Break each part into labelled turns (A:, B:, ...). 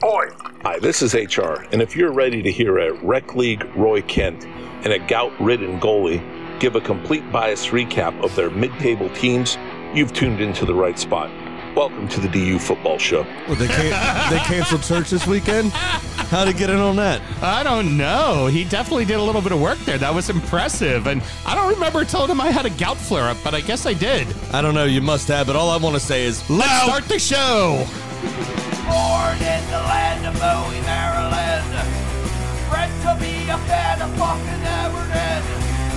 A: Boy.
B: Hi, this is HR, and if you're ready to hear a Rec League Roy Kent and a gout ridden goalie give a complete bias recap of their mid table teams, you've tuned into the right spot. Welcome to the DU Football Show.
C: Well, they can they canceled church this weekend. How'd he get in on that?
D: I don't know. He definitely did a little bit of work there. That was impressive. And I don't remember telling him I had a gout flare up, but I guess I did.
C: I don't know. You must have. But all I want to say is,
D: Let's start the show.
E: Born in the land of Bowie, Maryland. Bred to be a fan of fucking Everton.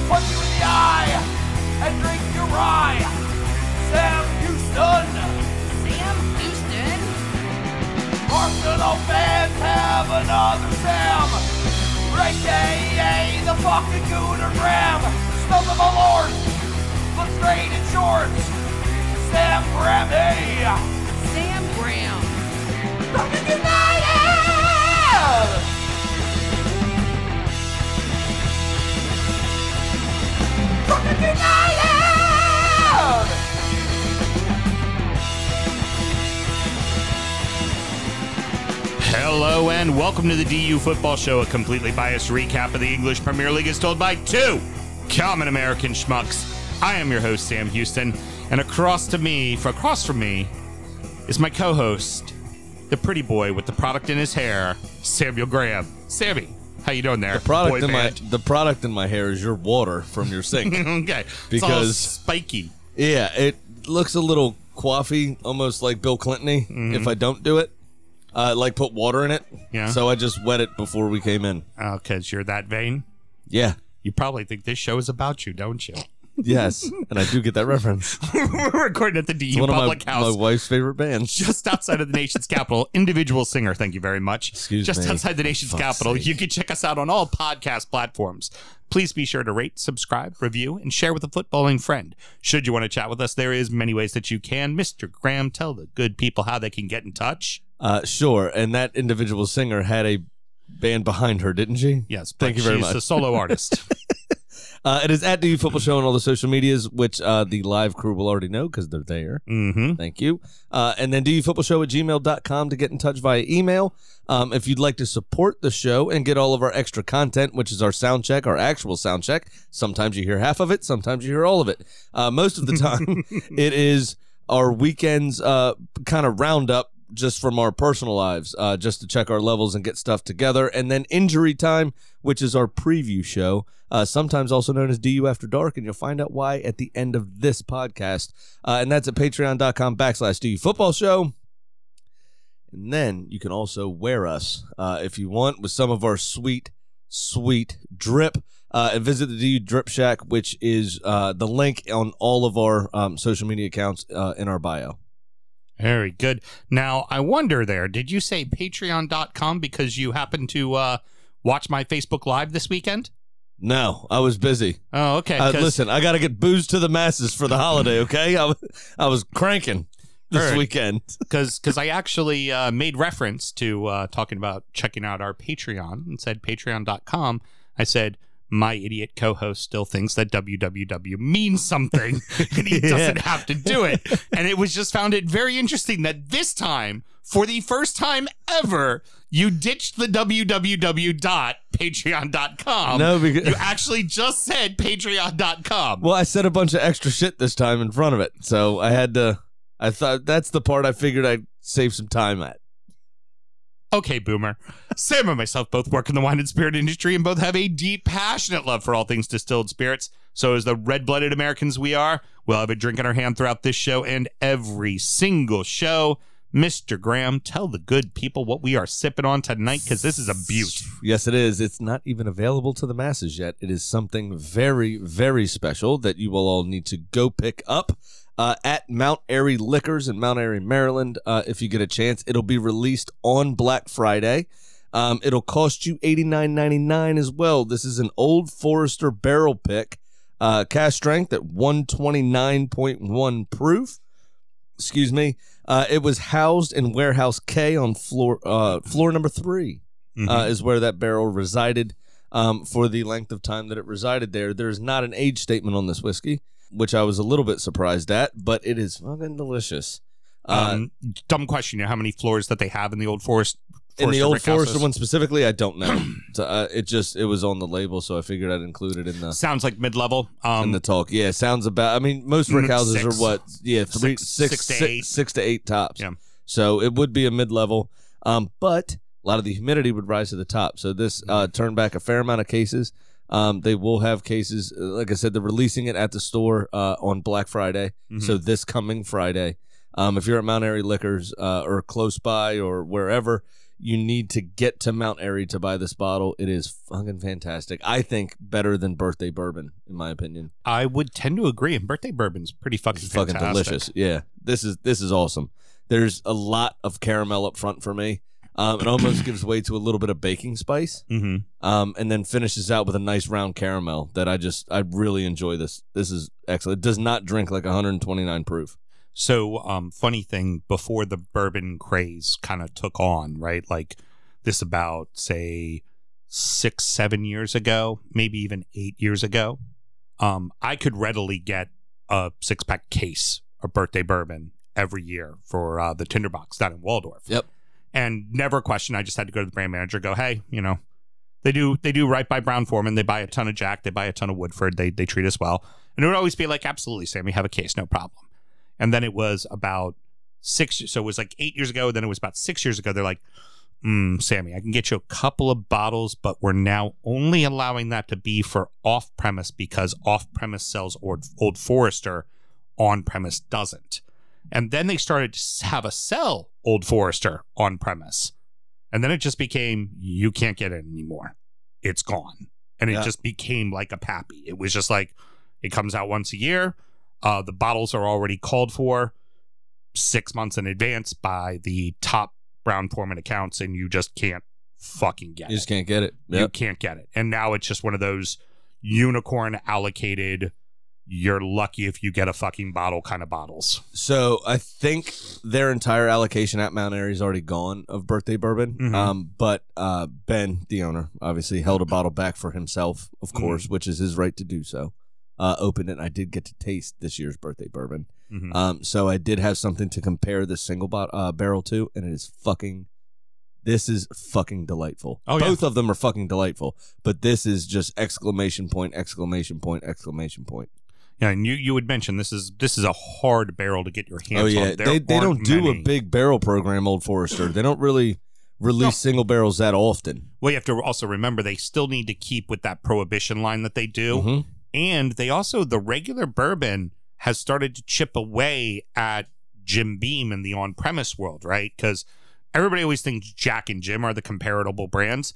E: Punch you in the eye and drink your rye. Sam Houston.
F: Sam Houston.
E: Arsenal fans have another Sam. Great AA, the fucking Gooner Graham. Stump of a lord. Look straight in shorts. Sam Grammy.
F: Sam Graham.
E: Fucking United! Fucking United!
D: Hello and welcome to the DU Football Show, a completely biased recap of the English Premier League as told by two common American schmucks. I am your host, Sam Houston, and across to me, across from me, is my co-host, the pretty boy with the product in his hair, Samuel Graham. Sammy, how you doing there?
C: the product
D: boy
C: in
D: band?
C: my the product in my hair is your water from your sink.
D: okay, it's all
C: Because-
D: spiky.
C: yeah, it looks a little coffee, almost like Bill Clinton. If I don't do it, I like put water in it.
D: Mm-hmm. Yeah.
C: So I just wet it before we came in.
D: Oh, because you're that vain.
C: Yeah.
D: You probably think this show is about you, don't you?
C: Yes, and I do get that reference.
D: We're recording at the DU
C: One of my,
D: Public
C: my
D: House.
C: wife's favorite bands.
D: just outside of the nation's capital. Individual singer, thank you very much.
C: Excuse
D: just
C: me.
D: outside the nation's
C: Fuck's
D: capital.
C: sake.
D: You can check us out on all podcast platforms. Please be sure to rate, subscribe, review, and share with a footballing friend. Should you want to chat with us, there is many ways that you can. Mr. Graham, tell the good people how they can get in touch.
C: Uh, sure, and that individual singer had a band behind her, didn't she?
D: Yes, but
C: Thank you very
D: she's
C: much.
D: a solo artist.
C: Uh, it is at DU Football Show on all the social medias, which uh, the live crew will already know because they're there.
D: mm-hmm.
C: Thank you. Uh, and then dufootballshow at gmail.com to get in touch via email. Um, if you'd like to support the show and get all of our extra content, which is our sound check, our actual sound check, sometimes you hear half of it, sometimes you hear all of it. Uh, most of the time, it is our weekends uh, kind of roundup just from our personal lives, uh, just to check our levels and get stuff together. And then injury time, which is our preview show, uh, sometimes also known as DU After Dark. And you'll find out why at the end of this podcast. Uh, and that's at patreon.com backslash DU Football Show. And then you can also wear us uh, if you want with some of our sweet, sweet drip. Uh, and visit the DU Drip Shack, which is uh, the link on all of our um, social media accounts uh, in our bio.
D: Very good. Now, I wonder there, did you say patreon.com because you happened to uh, watch my Facebook Live this weekend?
C: No, I was busy.
D: Oh, okay.
C: Uh,
D: 'cause-
C: listen, I got to get booze to the masses for the holiday, okay? I, w- I was cranking this
D: Heard.
C: weekend.
D: because because I actually uh, made reference to uh, talking about checking out our Patreon and said patreon.com. I said my idiot co-host still thinks that www means something and he doesn't have to do it and it was just found it very interesting that this time for the first time ever you ditched the www.patreon.com
C: no, because
D: you actually just said patreon.com
C: well, I said a bunch of extra shit this time in front of it, so I had to. I thought that's the part I figured I'd save some time at.
D: Okay, Boomer. Sam and myself both work in the wine and spirit industry and both have a deep, passionate love for all things distilled spirits. So, as the red blooded Americans we are, we'll have a drink in our hand throughout this show and every single show. Mr. Graham, tell the good people what we are sipping on tonight because this is a beaut.
C: Yes, it is. It's not even available to the masses yet. It is something very, very special that you will all need to go pick up uh, at Mount Airy Liquors in Mount Airy, Maryland. Uh, if you get a chance, it'll be released on Black Friday. Um, it'll cost you eighty nine ninety nine as well. This is an Old Forester barrel pick, uh, cash strength at one twenty nine point one proof. Excuse me. Uh, it was housed in Warehouse K on floor uh, floor number three
D: Mm-hmm.
C: uh, is where that barrel resided um, for the length of time that it resided there. There's not an age statement on this whiskey, which I was a little bit surprised at, but it is fucking delicious. Uh,
D: um, dumb question. You know how many floors that they have in the Old Forest
C: In the
D: Forrester
C: old
D: Brick
C: Forester
D: houses.
C: one specifically, I don't know. so, uh, it just it was on the label, so I figured I'd include it in the
D: Sounds like mid level. Um,
C: in the talk. Yeah, sounds about. I mean, most
D: Mm,
C: brick houses
D: six.
C: are what? Yeah, three,
D: Six-
C: six-
D: six to
C: six-
D: eight.
C: six to eight tops.
D: Yeah.
C: So it would be a mid level, um, but a lot of the humidity would rise to the top. So this
D: Mm-hmm.
C: uh, turned back a fair amount of cases. Um, they will have cases, uh, like I said, they're releasing it at the store uh, on Black Friday.
D: mhm.
C: So this coming Friday, um, if you're at Mount Airy Liquors uh, or close by or wherever, you need to get to Mount Airy to buy this bottle. It is fucking fantastic. I think better than birthday bourbon, in my opinion.
D: I would tend to agree. And birthday bourbon's pretty fucking
C: It's fucking
D: fantastic.
C: delicious. Yeah, this is this is awesome. There's a lot of caramel up front for me. Um, it almost gives way to a little bit of baking spice,
D: hmm
C: um, and then finishes out with a nice round caramel that I just I really enjoy. This this is excellent. It does not drink like 129 proof.
D: So, um, funny thing before the bourbon craze kind of took on, right? Like this about say six, seven years ago, maybe even eight years ago. Um, I could readily get a six pack case of birthday bourbon every year for uh, the Tinderbox down in Waldorf.
C: Yep.
D: And never a question. I just had to go to the brand manager, go, hey, you know, they do they do right by Brown Foreman. They buy a ton of Jack. They buy a ton of Woodford. They they treat us well. And it would always be like, absolutely, Sammy, have a case, no problem and then it was about six so it was like eight years ago then it was about six years ago they're like mm, sammy i can get you a couple of bottles but we're now only allowing that to be for off-premise because off-premise sells old, old forester on-premise doesn't and then they started to s- have a sell old forester on-premise and then it just became you can't get it anymore it's gone and it
C: Yeah.
D: just became like a pappy it was just like it comes out once a year uh, the bottles are already called for six months in advance by the top Brown Foreman accounts, and you just can't fucking get
C: You
D: it.
C: just can't get it.
D: You
C: Yep.
D: can't get it. And now it's just one of those unicorn allocated, you're lucky if you get a fucking bottle kind of bottles.
C: So I think their entire allocation at Mount Airy is already gone of birthday bourbon.
D: Mhm.
C: Um, but uh, Ben, the owner, obviously held a
D: Mm-hmm.
C: bottle back for himself, of course, which is his right to do so. Uh, opened it, and I did get to taste this year's birthday bourbon.
D: Mhm.
C: Um, so I did have something to compare this single bot- uh, barrel to, and it is fucking. This is fucking delightful.
D: Oh, yeah.
C: Both of them are fucking delightful, but this is just exclamation point, exclamation point, exclamation point.
D: Yeah, and you you would mention this is this is a hard barrel to get your hands
C: Oh yeah,
D: on. There
C: they, they
D: aren't
C: don't do
D: many.
C: a big barrel program, Old Forester. They don't really release
D: No.
C: single barrels that often.
D: Well, you have to also remember they still need to keep with that prohibition line that they do.
C: Mhm.
D: and they also the regular bourbon has started to chip away at Jim Beam in the on-premise world, right? Because everybody always thinks Jack and Jim are the comparable brands.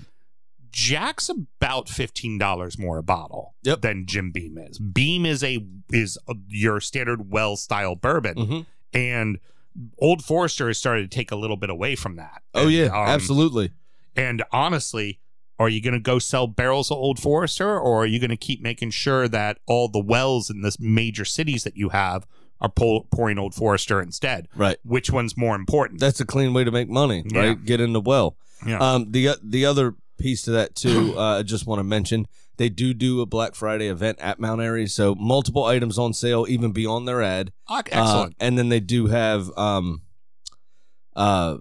D: Jack's about fifteen dollars more a bottle
C: Yep.
D: than Jim Beam is. Beam is a is a, your standard well style bourbon,
C: Mhm.
D: and Old Forester has started to take a little bit away from that.
C: Oh yeah,
D: And, um,
C: absolutely.
D: and honestly, are you going to go sell barrels of Old Forester or are you going to keep making sure that all the wells in this major cities that you have are pour- pouring Old Forester instead?
C: Right.
D: Which one's more important?
C: That's a clean way to make money,
D: Yeah.
C: right? Get in the well.
D: Yeah.
C: Um, the the other piece to that too, uh, I just want to mention they do do a Black Friday event at Mount Airy, so multiple items on sale even beyond their ad.
D: Ah,
C: Uh,
D: Excellent.
C: and then they do have um, uh,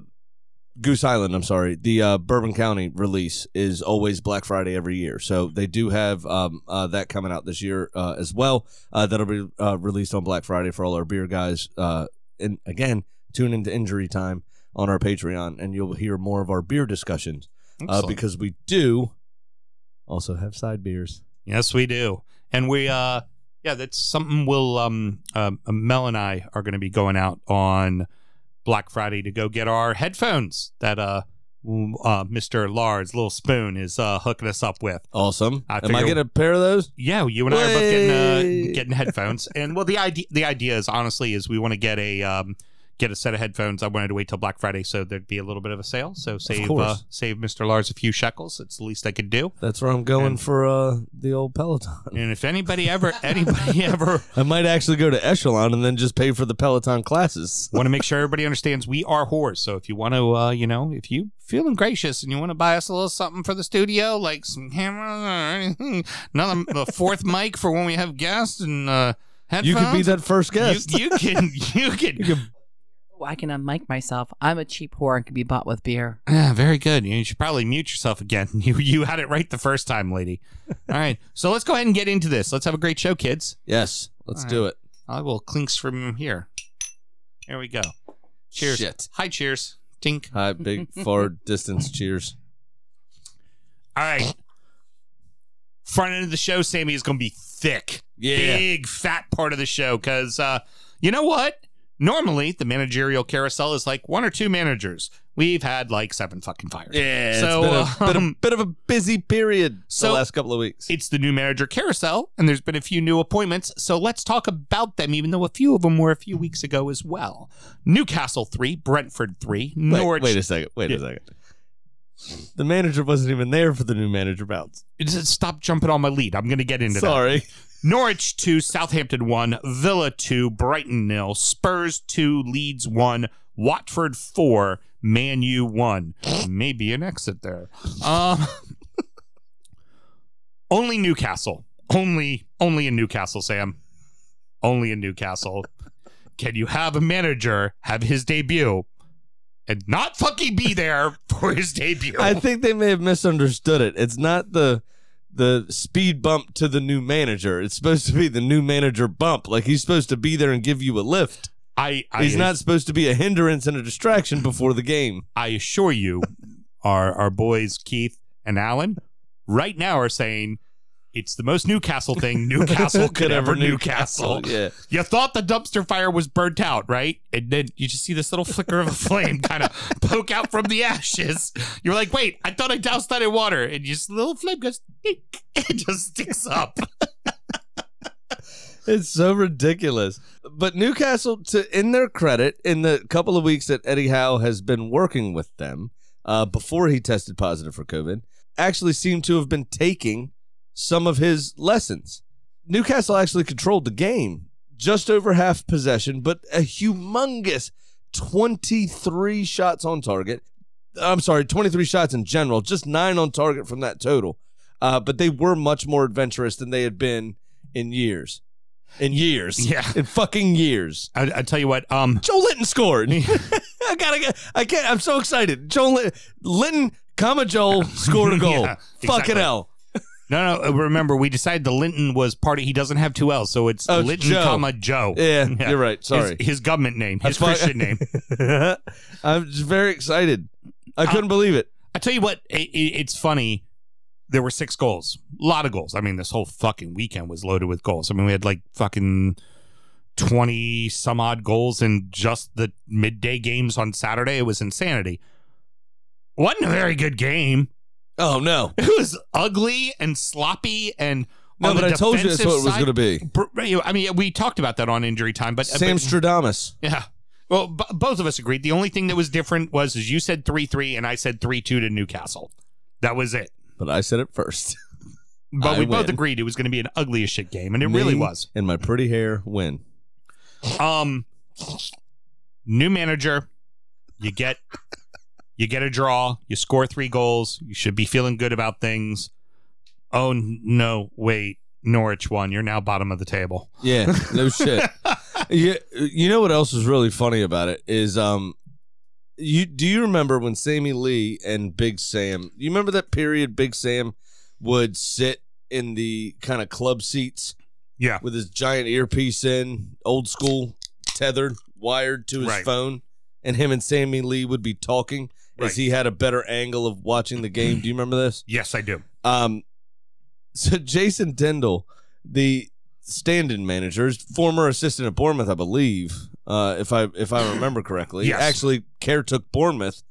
C: Goose Island. I'm sorry, the uh, Bourbon County release is always Black Friday every year, so they do have um, uh, that coming out this year uh, as well. Uh, that'll be uh, released on Black Friday for all our beer guys. Uh, and again, tune into Injury Time on our Patreon, and you'll hear more of our beer discussions uh,
D: Excellent.
C: because we do also have side beers.
D: yes, we do. And we, uh, yeah, that's something we'll, um, um, Mel and I are going to be going out on Black Friday to go get our headphones that, uh, w- uh, Mr. Lars Little Spoon is uh, hooking us up with.
C: Awesome.
D: I
C: Am I
D: figure-
C: getting a pair of those?
D: Yeah, you and I are both getting uh,
C: Way.
D: getting headphones, and well, the idea the idea is honestly is we want to get a um, get a set of headphones. I wanted to wait till Black Friday so there'd be a little bit of a sale. So save
C: course.
D: uh, save Mr. Lars a few shekels. It's the least I could do.
C: That's where I'm going
D: And-
C: for uh, the old Peloton.
D: And if anybody ever anybody ever
C: I might actually go to Echelon and then just pay for the Peloton classes.
D: want to make sure everybody understands we are whores. So if you want to, uh, you know, if you feeling gracious and you want to buy us a little something for the studio, like some cameras or anything, another a fourth mic for when we have guests and uh, headphones.
C: You could be that first guest.
D: You, you can you can
C: You could
A: Oh, I can unmic myself. I'm a cheap whore and can be bought with beer.
D: Yeah, very good. You should probably mute yourself again. You you had it right the first time, lady. All right. So let's go ahead and get into this. Let's have a great show, kids.
C: Yes, let's
D: All
C: do it.
D: I will clinks from here. There we go. Cheers.
C: Shit.
D: Hi, cheers. Tink.
C: Hi, big far distance cheers.
D: All right. Front end of the show, Sammy, is going to be thick. Big, fat part of the show. Because uh, you know what? Normally, the managerial carousel is like one or two managers. We've had like seven fucking fires.
C: Yeah.
D: So,
C: it's been a, been a
D: um,
C: bit of a busy period
D: so-
C: the last couple of weeks.
D: It's the new manager carousel, and there's been a few new appointments, so let's talk about them, even though a few of them were a few weeks ago as well. Newcastle 3, Brentford 3,
C: Wait,
D: Norwich.
C: wait a second. Wait
D: Yeah.
C: a second. The manager wasn't even there for the new manager bounce.
D: Just Stop jumping on my lead. I'm going to get into that.
C: Sorry.
D: Norwich 2, Southampton 1, Villa 2, Brighton nil, Spurs 2, Leeds 1, Watford 4, Man U 1. Maybe an exit there. Um, only Newcastle. Only only in Newcastle, Sam. Only in Newcastle. Can you have a manager have his debut and not fucking be there for his debut?
C: I think they may have misunderstood it. It's not the the speed bump to the new manager. It's supposed to be the new manager bump. Like he's supposed to be there and give you a lift.
D: I, I
C: He's not supposed to be a hindrance and a distraction before the game.
D: I assure you, our our boys Keith and Alan right now are saying it's the most Newcastle thing Newcastle could ever Newcastle.
C: Yeah.
D: You thought the dumpster fire was burnt out, right? And then you just see this little flicker of a flame kind of poke out from the ashes. You're like, wait, I thought I doused that in water, and just the little flame goes, "Eek," it just sticks up.
C: It's so ridiculous. But Newcastle, to in their credit, in the couple of weeks that Eddie Howe has been working with them uh, before he tested positive for COVID, actually seemed to have been taking some of his lessons. Newcastle actually controlled the game, just over half possession, but a humongous 23 shots on target. I'm sorry, 23 shots in general, just nine on target from that total. Uh, but they were much more adventurous than they had been in years. In years.
D: Yeah.
C: In fucking years.
D: I, I tell you what, um,
C: Joe Linton scored. I gotta get, I can't, I'm so excited. Joe Linton, Linton comma Joel scored a goal.
D: Yeah,
C: Fucking
D: exactly.
C: hell.
D: no, no. Remember, we decided the Linton was part of. He doesn't have two L's, so it's
C: Oh, it's
D: Linton,
C: Joe.
D: comma Joe.
C: Yeah,
D: Yeah.
C: you're right. Sorry.
D: His, his government name, his
C: That's why-
D: Christian name.
C: I'm just very excited. I couldn't believe it.
D: I tell you what, it, it, it's funny. There were six goals, a lot of goals. I mean, this whole fucking weekend was loaded with goals. I mean, we had like fucking 20 some odd goals in just the midday games on Saturday. It was insanity. Wasn't a very good game.
C: Oh no.
D: It was ugly and sloppy and.
C: No,
D: on
C: but I
D: the
C: told you that's what it was
D: defensive
C: going to be.
D: side- I mean, we talked about that on injury time, but uh,
C: Sam
D: but-
C: Stradamus.
D: Yeah. Well, b- both of us agreed. The only thing that was different was is you said 3 3 and I said 3 2 to Newcastle. That was it.
C: But I said it first.
D: But
C: I
D: we both
C: win.
D: agreed it was going to be an ugly as shit game, and it really
C: Me
D: was.
C: And my pretty hair win.
D: Um, New manager, you get. You get a draw, you score three goals, you should be feeling good about things. Oh, n- no, wait. Norwich won. You're now bottom of the table.
C: Yeah, no shit. you, you know what else was really funny about it is um you do you remember when Sammy Lee and Big Sam you remember that period Big Sam would sit in the kind of club seats
D: Yeah.
C: with his giant earpiece in, old school, tethered, wired to his
D: Right.
C: phone, and him and Sammy Lee would be talking
D: Right.
C: as he had a better angle of watching the game. Do you remember this?
D: Yes, I do.
C: Um, so Jason Dendel, the stand-in manager, his former assistant at Bournemouth, I believe, uh, if I if I remember correctly,
D: Yes.
C: actually caretook Bournemouth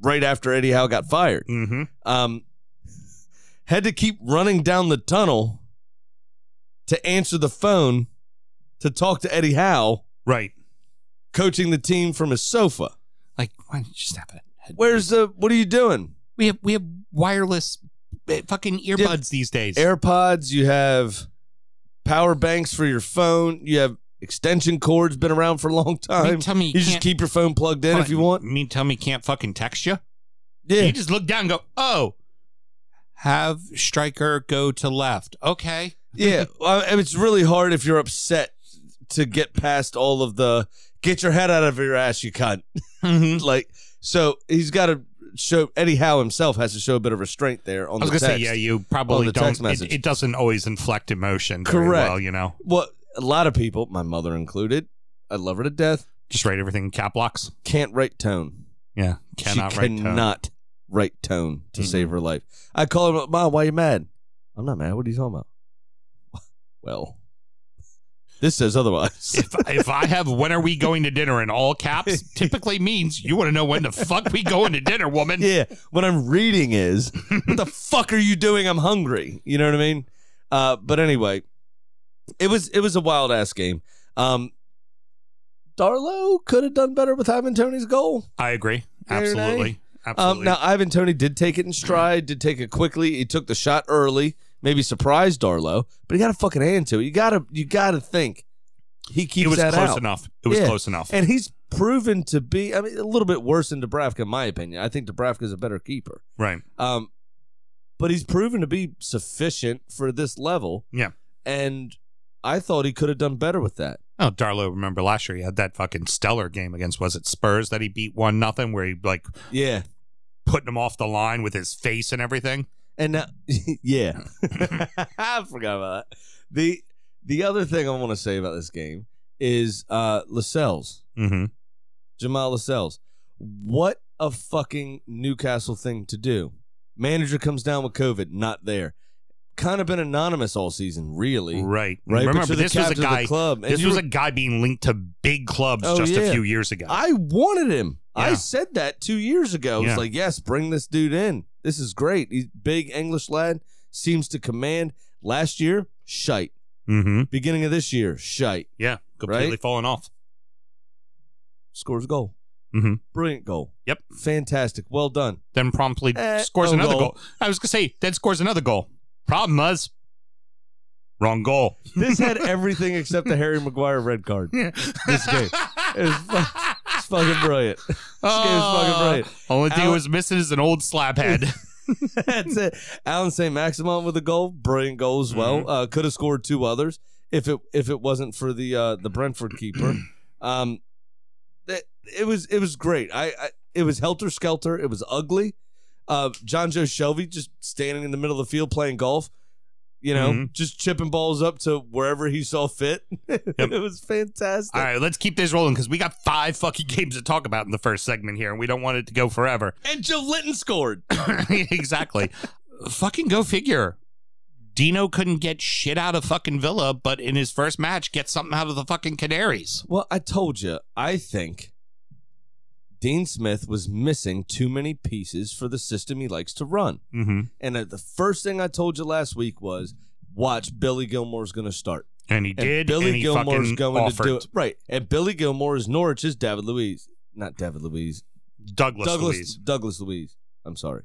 C: right after Eddie Howe got fired.
D: Mm-hmm.
C: Um, had to keep running down the tunnel to answer the phone to talk to Eddie Howe,
D: Right.
C: coaching the team from his sofa.
D: Like, why don't you just have it?
C: Where's the? What are you doing?
D: We have we have wireless uh, fucking earbuds these days.
C: AirPods, you have power banks for your phone, you have extension cords, been around for a long
D: I
C: time.
D: mean, tell me
C: You just
D: can't-
C: keep your phone plugged in if you want.
D: Me tell me can't fucking text you.
C: Yeah.
D: You just look down and go, oh, have striker go to left. Okay.
C: Yeah. Well, I mean, it's really hard if you're upset to get past all of the get your head out of your ass, you cunt.
D: Mhm.
C: like, so he's got to show, Eddie Howe himself has to show a bit of restraint there on
D: I was
C: the
D: gonna
C: text.
D: say, yeah, you
C: On
D: probably
C: the
D: don't.
C: text message.
D: It, it doesn't always inflect emotion. Very
C: Correct.
D: Well, you know,
C: Well, a lot of people, my mother included, I love her to death,
D: just write everything in cap locks.
C: can't write tone.
D: Yeah, cannot
C: she
D: write. code.
C: cannot write tone to
D: Mm-mm.
C: save her life. I called her, Mom, why you mad? I'm not mad. What are you talking about? Well, this says otherwise.
D: If, if I have when are we going to dinner in all caps, typically means you want to know when the fuck we going to dinner, woman.
C: yeah. What I'm reading is, what the fuck are you doing? I'm hungry. You know what I mean? Uh, but anyway, it was it was a wild ass game. Um, Darlow could have done better with Ivan Tony's goal.
D: I agree.
C: Very nice.
D: Absolutely. Absolutely.
C: Um, now, Ivan Tony did take it in stride, did take it quickly. He took the shot early, maybe surprised Darlow, but he got a fucking hand to it. You gotta, you gotta think he keeps
D: it was
C: that
D: close
C: out.
D: enough. It was
C: Yeah.
D: close enough.
C: And he's proven to be, I mean, a little bit worse than Dubravka, in my opinion. I think Dubravka's a better keeper,
D: right.
C: um, but he's proven to be sufficient for this level.
D: Yeah.
C: and I thought he could have done better with that.
D: Oh, Darlow, remember last year he had that fucking stellar game against was it Spurs that he beat one nothing where he like
C: Yeah,
D: putting him off the line with his face and everything.
C: And now, yeah, I forgot about that. the The other thing I want to say about this game is uh Lascelles,
D: Mm-hmm.
C: Jamal Lascelles. What a fucking Newcastle thing to do. Manager comes down with COVID, not there. Kind of been anonymous all season, really.
D: Right.
C: Right. But
D: Remember
C: you're the
D: this was a
C: captain of the
D: guy
C: club, and
D: this
C: you
D: was
C: were-
D: a guy being linked to big clubs
C: Oh,
D: just
C: yeah.
D: a few years ago.
C: I wanted him. I
D: Yeah.
C: said that two years ago. It's
D: Yeah.
C: like, yes, bring this dude in. This is great. He's big English lad, seems to command. Last year, shite.
D: mm-hmm.
C: Beginning of this year, shite.
D: Yeah. Completely
C: Right?
D: fallen off.
C: scores a goal.
D: Mhm.
C: Brilliant goal.
D: Yep.
C: Fantastic. Well done.
D: Then promptly
C: Eh,
D: scores
C: own
D: another
C: goal.
D: goal. I was gonna say then scores another goal. Problem was wrong goal.
C: This had everything except the Harry Maguire red card. This
D: this
C: game. It was It's fucking brilliant.
D: Ah.
C: fucking great.
D: Oh. Only thing
C: Al-
D: it was missing is an old slab head.
C: That's it. Alan St. Maximon with a goal. Brilliant goal as well. Uh, could have scored two others if it if it wasn't for the uh, the Brentford keeper. um, it, it was it was great. I, I it was helter skelter. It was ugly. Uh, John Joe Shelby just standing in the middle of the field playing golf. You know,
D: Mhm.
C: just chipping balls up to wherever he saw fit. it was fantastic.
D: All right, let's keep this rolling because we got five fucking games to talk about in the first segment here, and we don't want it to go forever.
C: And Joe Linton scored.
D: exactly. fucking go figure. Dino couldn't get shit out of fucking Villa, but in his first match, get something out of the fucking Canaries.
C: Well, I told you, I think Dean Smith was missing too many pieces for the system he likes to run.
D: Mm-hmm.
C: And uh, the first thing I told you last week was watch Billy Gilmore's going to start.
D: And he
C: And
D: did.
C: Billy
D: and he
C: Gilmore's
D: fucking
C: going
D: offered.
C: to do it. Right. And Billy Gilmore is Norwich's David Louise. Not David Louise.
D: Douglas,
C: Douglas
D: Luiz.
C: Douglas Louise. I'm sorry.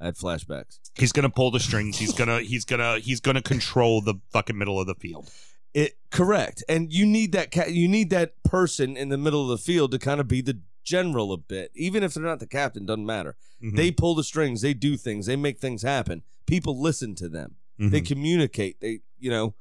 C: I had flashbacks.
D: He's gonna pull the strings. He's gonna. He's gonna. He's gonna control the fucking middle of the field.
C: It correct. And you need that ca- you need that person in the middle of the field to kind of be the general a bit. Even if they're not the captain, doesn't matter.
D: Mhm.
C: They pull the strings. They do things. They make things happen. People listen to them.
D: Mhm.
C: They communicate. They, you know,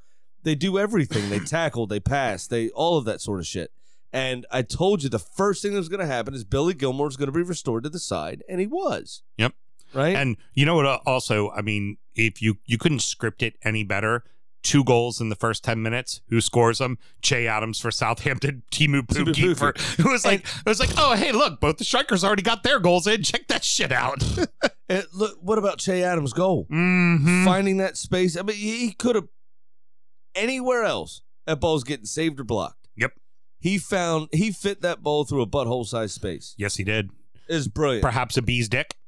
C: they do everything. they tackle. They pass. They all of that sort of shit. And I told you the first thing that was going to happen is Billy Gilmore is going to be restored to the side, and he was.
D: Yep.
C: Right.
D: And you know what? uh, Also, I mean, if you you couldn't script it any better. Two goals in the first ten minutes. Who scores them? Che Adams for Southampton. Timu
C: Timu
D: Puki for. It was like it was like, oh hey, look, both the strikers already got their goals in. Check that shit out.
C: And look, what about Che Adams' goal?
D: mm-hmm.
C: Finding that space. I mean, he, he could have anywhere else. That ball's getting saved or blocked.
D: Yep.
C: He found he fit that ball through a butthole size space.
D: Yes, he did.
C: It's brilliant.
D: Perhaps a bee's dick.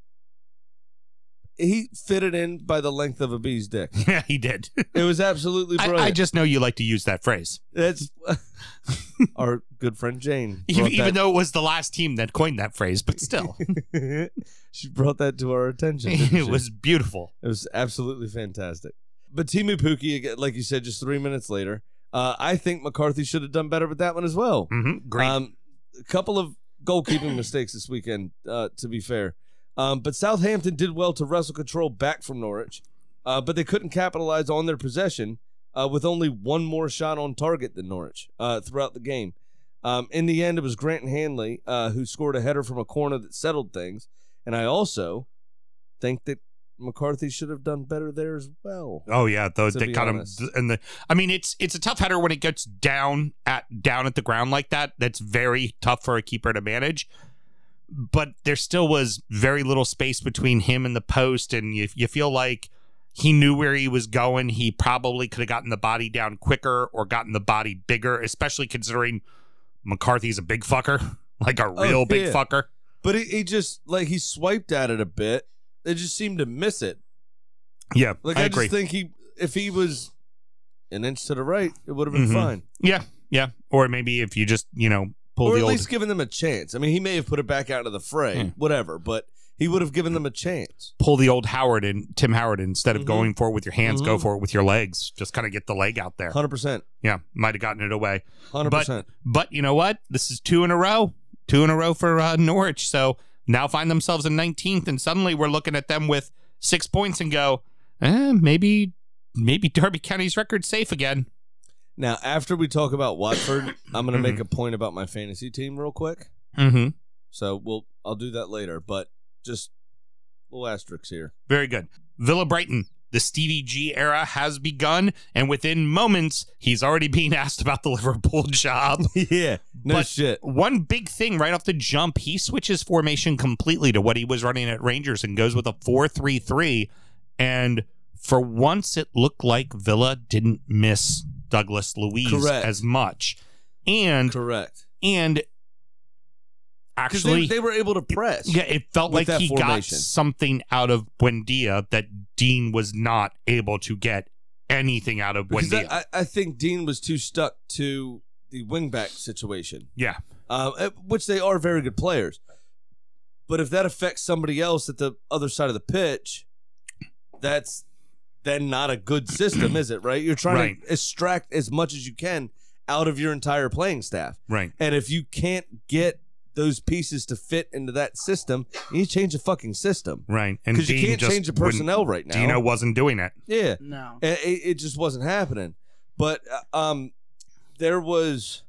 C: he fit it in by the length of a bee's dick.
D: Yeah, he did.
C: It was absolutely
D: I,
C: brilliant.
D: I just know you like to use that phrase,
C: That's our good friend Jane.
D: even,
C: brought
D: even
C: that-
D: though it was the last team that coined that phrase. But still,
C: she brought that to our attention. didn't
D: it
C: she?
D: was beautiful.
C: it was absolutely fantastic. But Timu Puki, again, like you said, just three minutes later. Uh, I think McCarthy should have done better with that one as well.
D: Mm-hmm. Great.
C: Um, a couple of goalkeeping mistakes this weekend, uh, to be fair. Um, but Southampton did well to wrestle control back from Norwich, uh, but they couldn't capitalize on their possession uh, with only one more shot on target than Norwich uh, throughout the game. Um, in the end, it was Grant Hanley uh, who scored a header from a corner that settled things. And I also think that McCarthy should have done better there as well.
D: Oh yeah, though
C: To
D: they
C: be
D: got
C: honest.
D: him, and the I mean it's it's a tough header when it gets down at down at the ground like that. That's very tough for a keeper to manage. But there still was very little space between him and the post, and you you feel like he knew where he was going. He probably could have gotten the body down quicker or gotten the body bigger, especially considering McCarthy's a big fucker, like a
C: Oh,
D: real big
C: yeah.
D: fucker.
C: But he, he just like he swiped at it a bit. It just seemed to miss it.
D: Yeah,
C: Like I,
D: I, agree.
C: just think he if he was an inch to the right, it would have been
D: Mhm.
C: fine.
D: yeah, yeah. Or maybe if you just you know pull
C: or
D: the
C: at
D: old
C: least giving them a chance. I mean, he may have put it back out of the fray,
D: Hmm.
C: whatever, but he would have given them a chance.
D: pull the old Howard and Tim Howard instead of
C: Mhm.
D: going for it with your hands, go
C: Mhm.
D: for it with your legs. Just kind of get the leg out there.
C: 100%.
D: Yeah, might have gotten it away.
C: 100%.
D: But you know what? This is two in a row, two in a row for uh, Norwich. So now find themselves in 19th, and suddenly we're looking at them with six points and go, eh, maybe, maybe Derby County's record safe again.
C: now, after we talk about Watford, I'm going to make a point about my fantasy team real quick.
D: Mm-hmm.
C: So, we'll I'll do that later, but just little asterisks here.
D: Very good. Villa Brighton. The Stevie G era has begun, and within moments, he's already being asked about the Liverpool job.
C: yeah. No
D: But-
C: shit.
D: One big thing right off the jump, he switches formation completely to what he was running at Rangers and goes with a 4 3 3. And for once, it looked like Villa didn't miss Douglas Louise
C: Correct.
D: as much. And,
C: Correct.
D: and
C: Because they,
D: actually,
C: they were able to press.
D: yeah, it felt
C: with
D: like
C: that
D: he got
C: formation.
D: something out of Buendia that Dean was not able to get anything out of
C: Because
D: Buendia.
C: I, I think Dean was too stuck to the wingback situation.
D: yeah.
C: um, eh, which they are very good players. But if that affects somebody else at the other side of the pitch, that's then not a good system, is it? Right? You're trying
D: Right.
C: to extract as much as you can out of your entire playing staff,
D: Right.
C: and if you can't get those pieces to fit into that system, you need to change the fucking system
D: Right. And
C: because you
D: Dean
C: can't
D: just
C: change the
D: wouldn't-
C: personnel right now.
D: Dino wasn't doing it.
C: yeah,
A: No.
C: and it, it just wasn't happening. But uh, um, there was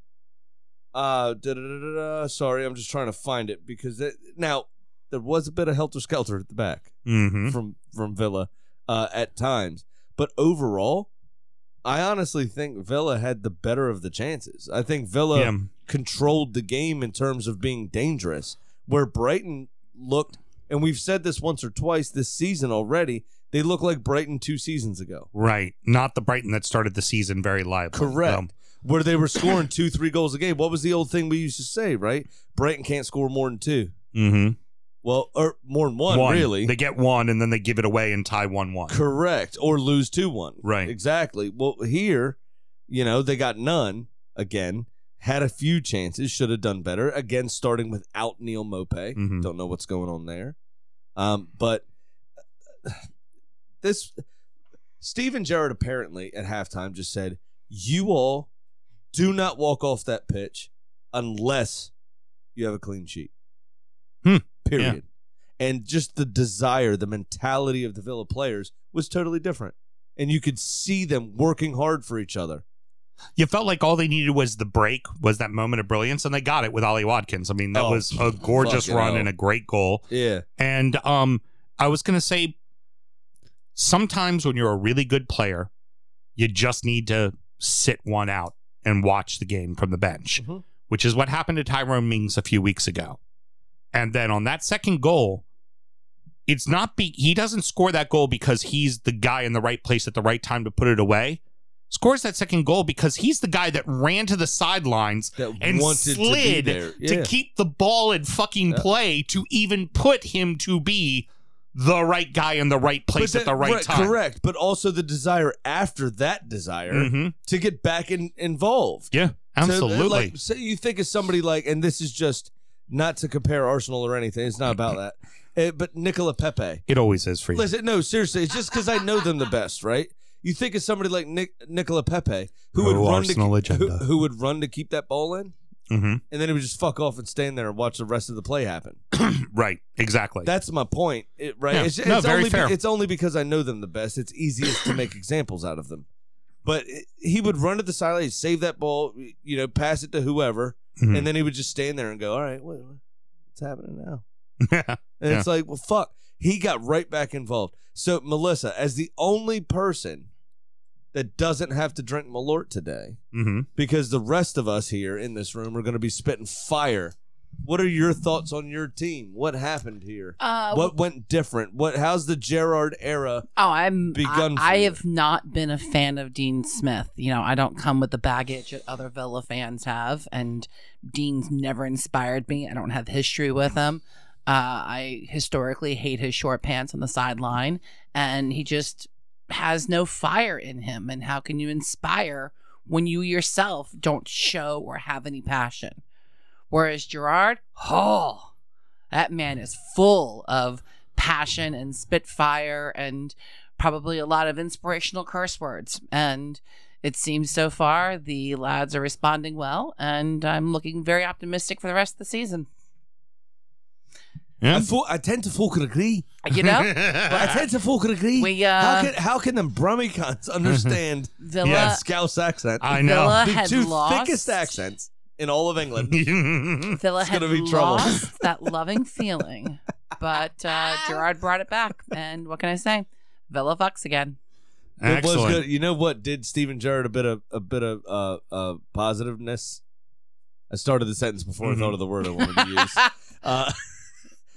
C: uh, da-da-da-da-da, sorry, I'm just trying to find it because it, now there was a bit of helter skelter at the back
D: Mm-hmm.
C: from from Villa uh, at times, but overall, I honestly think Villa had the better of the chances. I think Villa
D: Yeah.
C: controlled the game in terms of being dangerous. Where Brighton looked, and we've said this once or twice this season already, they look like Brighton two seasons ago.
D: Right. Not the Brighton that started the season very liable.
C: Correct.
D: Um,
C: where they were scoring two, three goals a game. What was the old thing we used to say, right? Brighton can't score more than two.
D: mhm.
C: Well, or more than one, really.
D: They get one and then they give it away and tie 1 1.
C: Correct. Or lose 2 1.
D: Right.
C: Exactly. Well, here, you know, they got none again. Had a few chances, should have done better. Again, starting without Neil Mope.
D: Mhm.
C: Don't know what's going on there. Um, but this, Steven Gerrard apparently at halftime just said, You all do not walk off that pitch unless you have a clean sheet.
D: Hmm.
C: Period and just the desire, the mentality of the Villa players was totally different. And you could see them working hard for each other.
D: You felt like all they needed was the break, was that moment of brilliance, and they got it with Ollie Watkins. I mean, that
C: Oh,
D: was a gorgeous
C: fucking
D: run
C: hell.
D: and a great goal.
C: Yeah.
D: And um, I was going to say sometimes when you're a really good player, you just need to sit one out and watch the game from the bench,
C: Mhm.
D: which is what happened to Tyrone Mings a few weeks ago. And then on that second goal, it's not be he doesn't score that goal because he's the guy in the right place at the right time to put it away. Scores that second goal because he's the guy that ran to the sidelines
C: That
D: And
C: wanted
D: slid
C: to be there.
D: to
C: Yeah.
D: keep the ball in fucking
C: Yeah.
D: play to even put him to be the right guy in the right place
C: But
D: at the
C: that-
D: right, time.
C: Correct. But also the desire after that desire
D: Mhm.
C: to get back in, involved.
D: Yeah,
C: So,
D: absolutely.
C: like, say you think of somebody like, and this is just not to compare Arsenal or anything, it's not about that. Eh, but Nicola Pepe.
D: it always is for you.
C: Listen, no, seriously, it's just because I know them the best, right? You think of somebody like Nick, Nicola Pepe, who would
D: Oh,
C: run
D: Arsenal
C: to keep, who,
D: agenda.
C: who would run to keep that ball in,
D: Mhm.
C: and then he would just fuck off and stand there and watch the rest of the play happen.
D: Right, exactly.
C: That's my point, it, right?
D: Yeah.
C: It's,
D: No,
C: it's
D: very
C: only be-
D: fair.
C: it's only because I know them the best. It's easiest to make examples out of them. But he would run to the sideline, he'd save that ball, you know, pass it to whoever,
D: Mhm.
C: and then he would just stand there and go, "All right, what, what's happening now?"
D: yeah.
C: And it's like, well, fuck. He got right back involved. So Melissa, as the only person that doesn't have to drink Malort today,
D: Mm-hmm.
C: because the rest of us here in this room are going to be spitting fire. What are your thoughts on your team? What happened here?
A: Uh,
C: what went different? What? How's the Gerard era?
A: Oh, I'm.
C: begun
A: I, I
C: for you.
A: have not been a fan of Dean Smith. You know, I don't come with the baggage that other Villa fans have, and Dean's never inspired me. I don't have history with him. Uh, I historically hate his short pants on the sideline, and he just has no fire in him. And how can you inspire when you yourself don't show or have any passion? Whereas Gerard, oh, that man is full of passion and spitfire and probably a lot of inspirational curse words. And it seems so far the lads are responding well, and I'm looking very optimistic for the rest of the season.
D: Yeah.
C: I, fo- I tend to fucking agree.
A: You know,
C: I tend to fucking agree.
A: we, uh,
C: how can how can them Brummicons understand
A: Villa
C: a
D: Yes.
C: Scouse accent?
D: I know.
A: Villa-
C: the
A: had
C: two
A: lost.
C: thickest accents in all of England.
A: Villa had
C: gonna be trouble.
A: lost that loving feeling, but uh, Gerard brought it back. And what can I say? Villa fucks again.
C: It was
D: Excellent.
C: good. You know what did Stephen Gerrard a bit of a bit of uh, uh, positiveness? I started the sentence before
D: Mhm.
C: I thought of the word I wanted to use. Uh,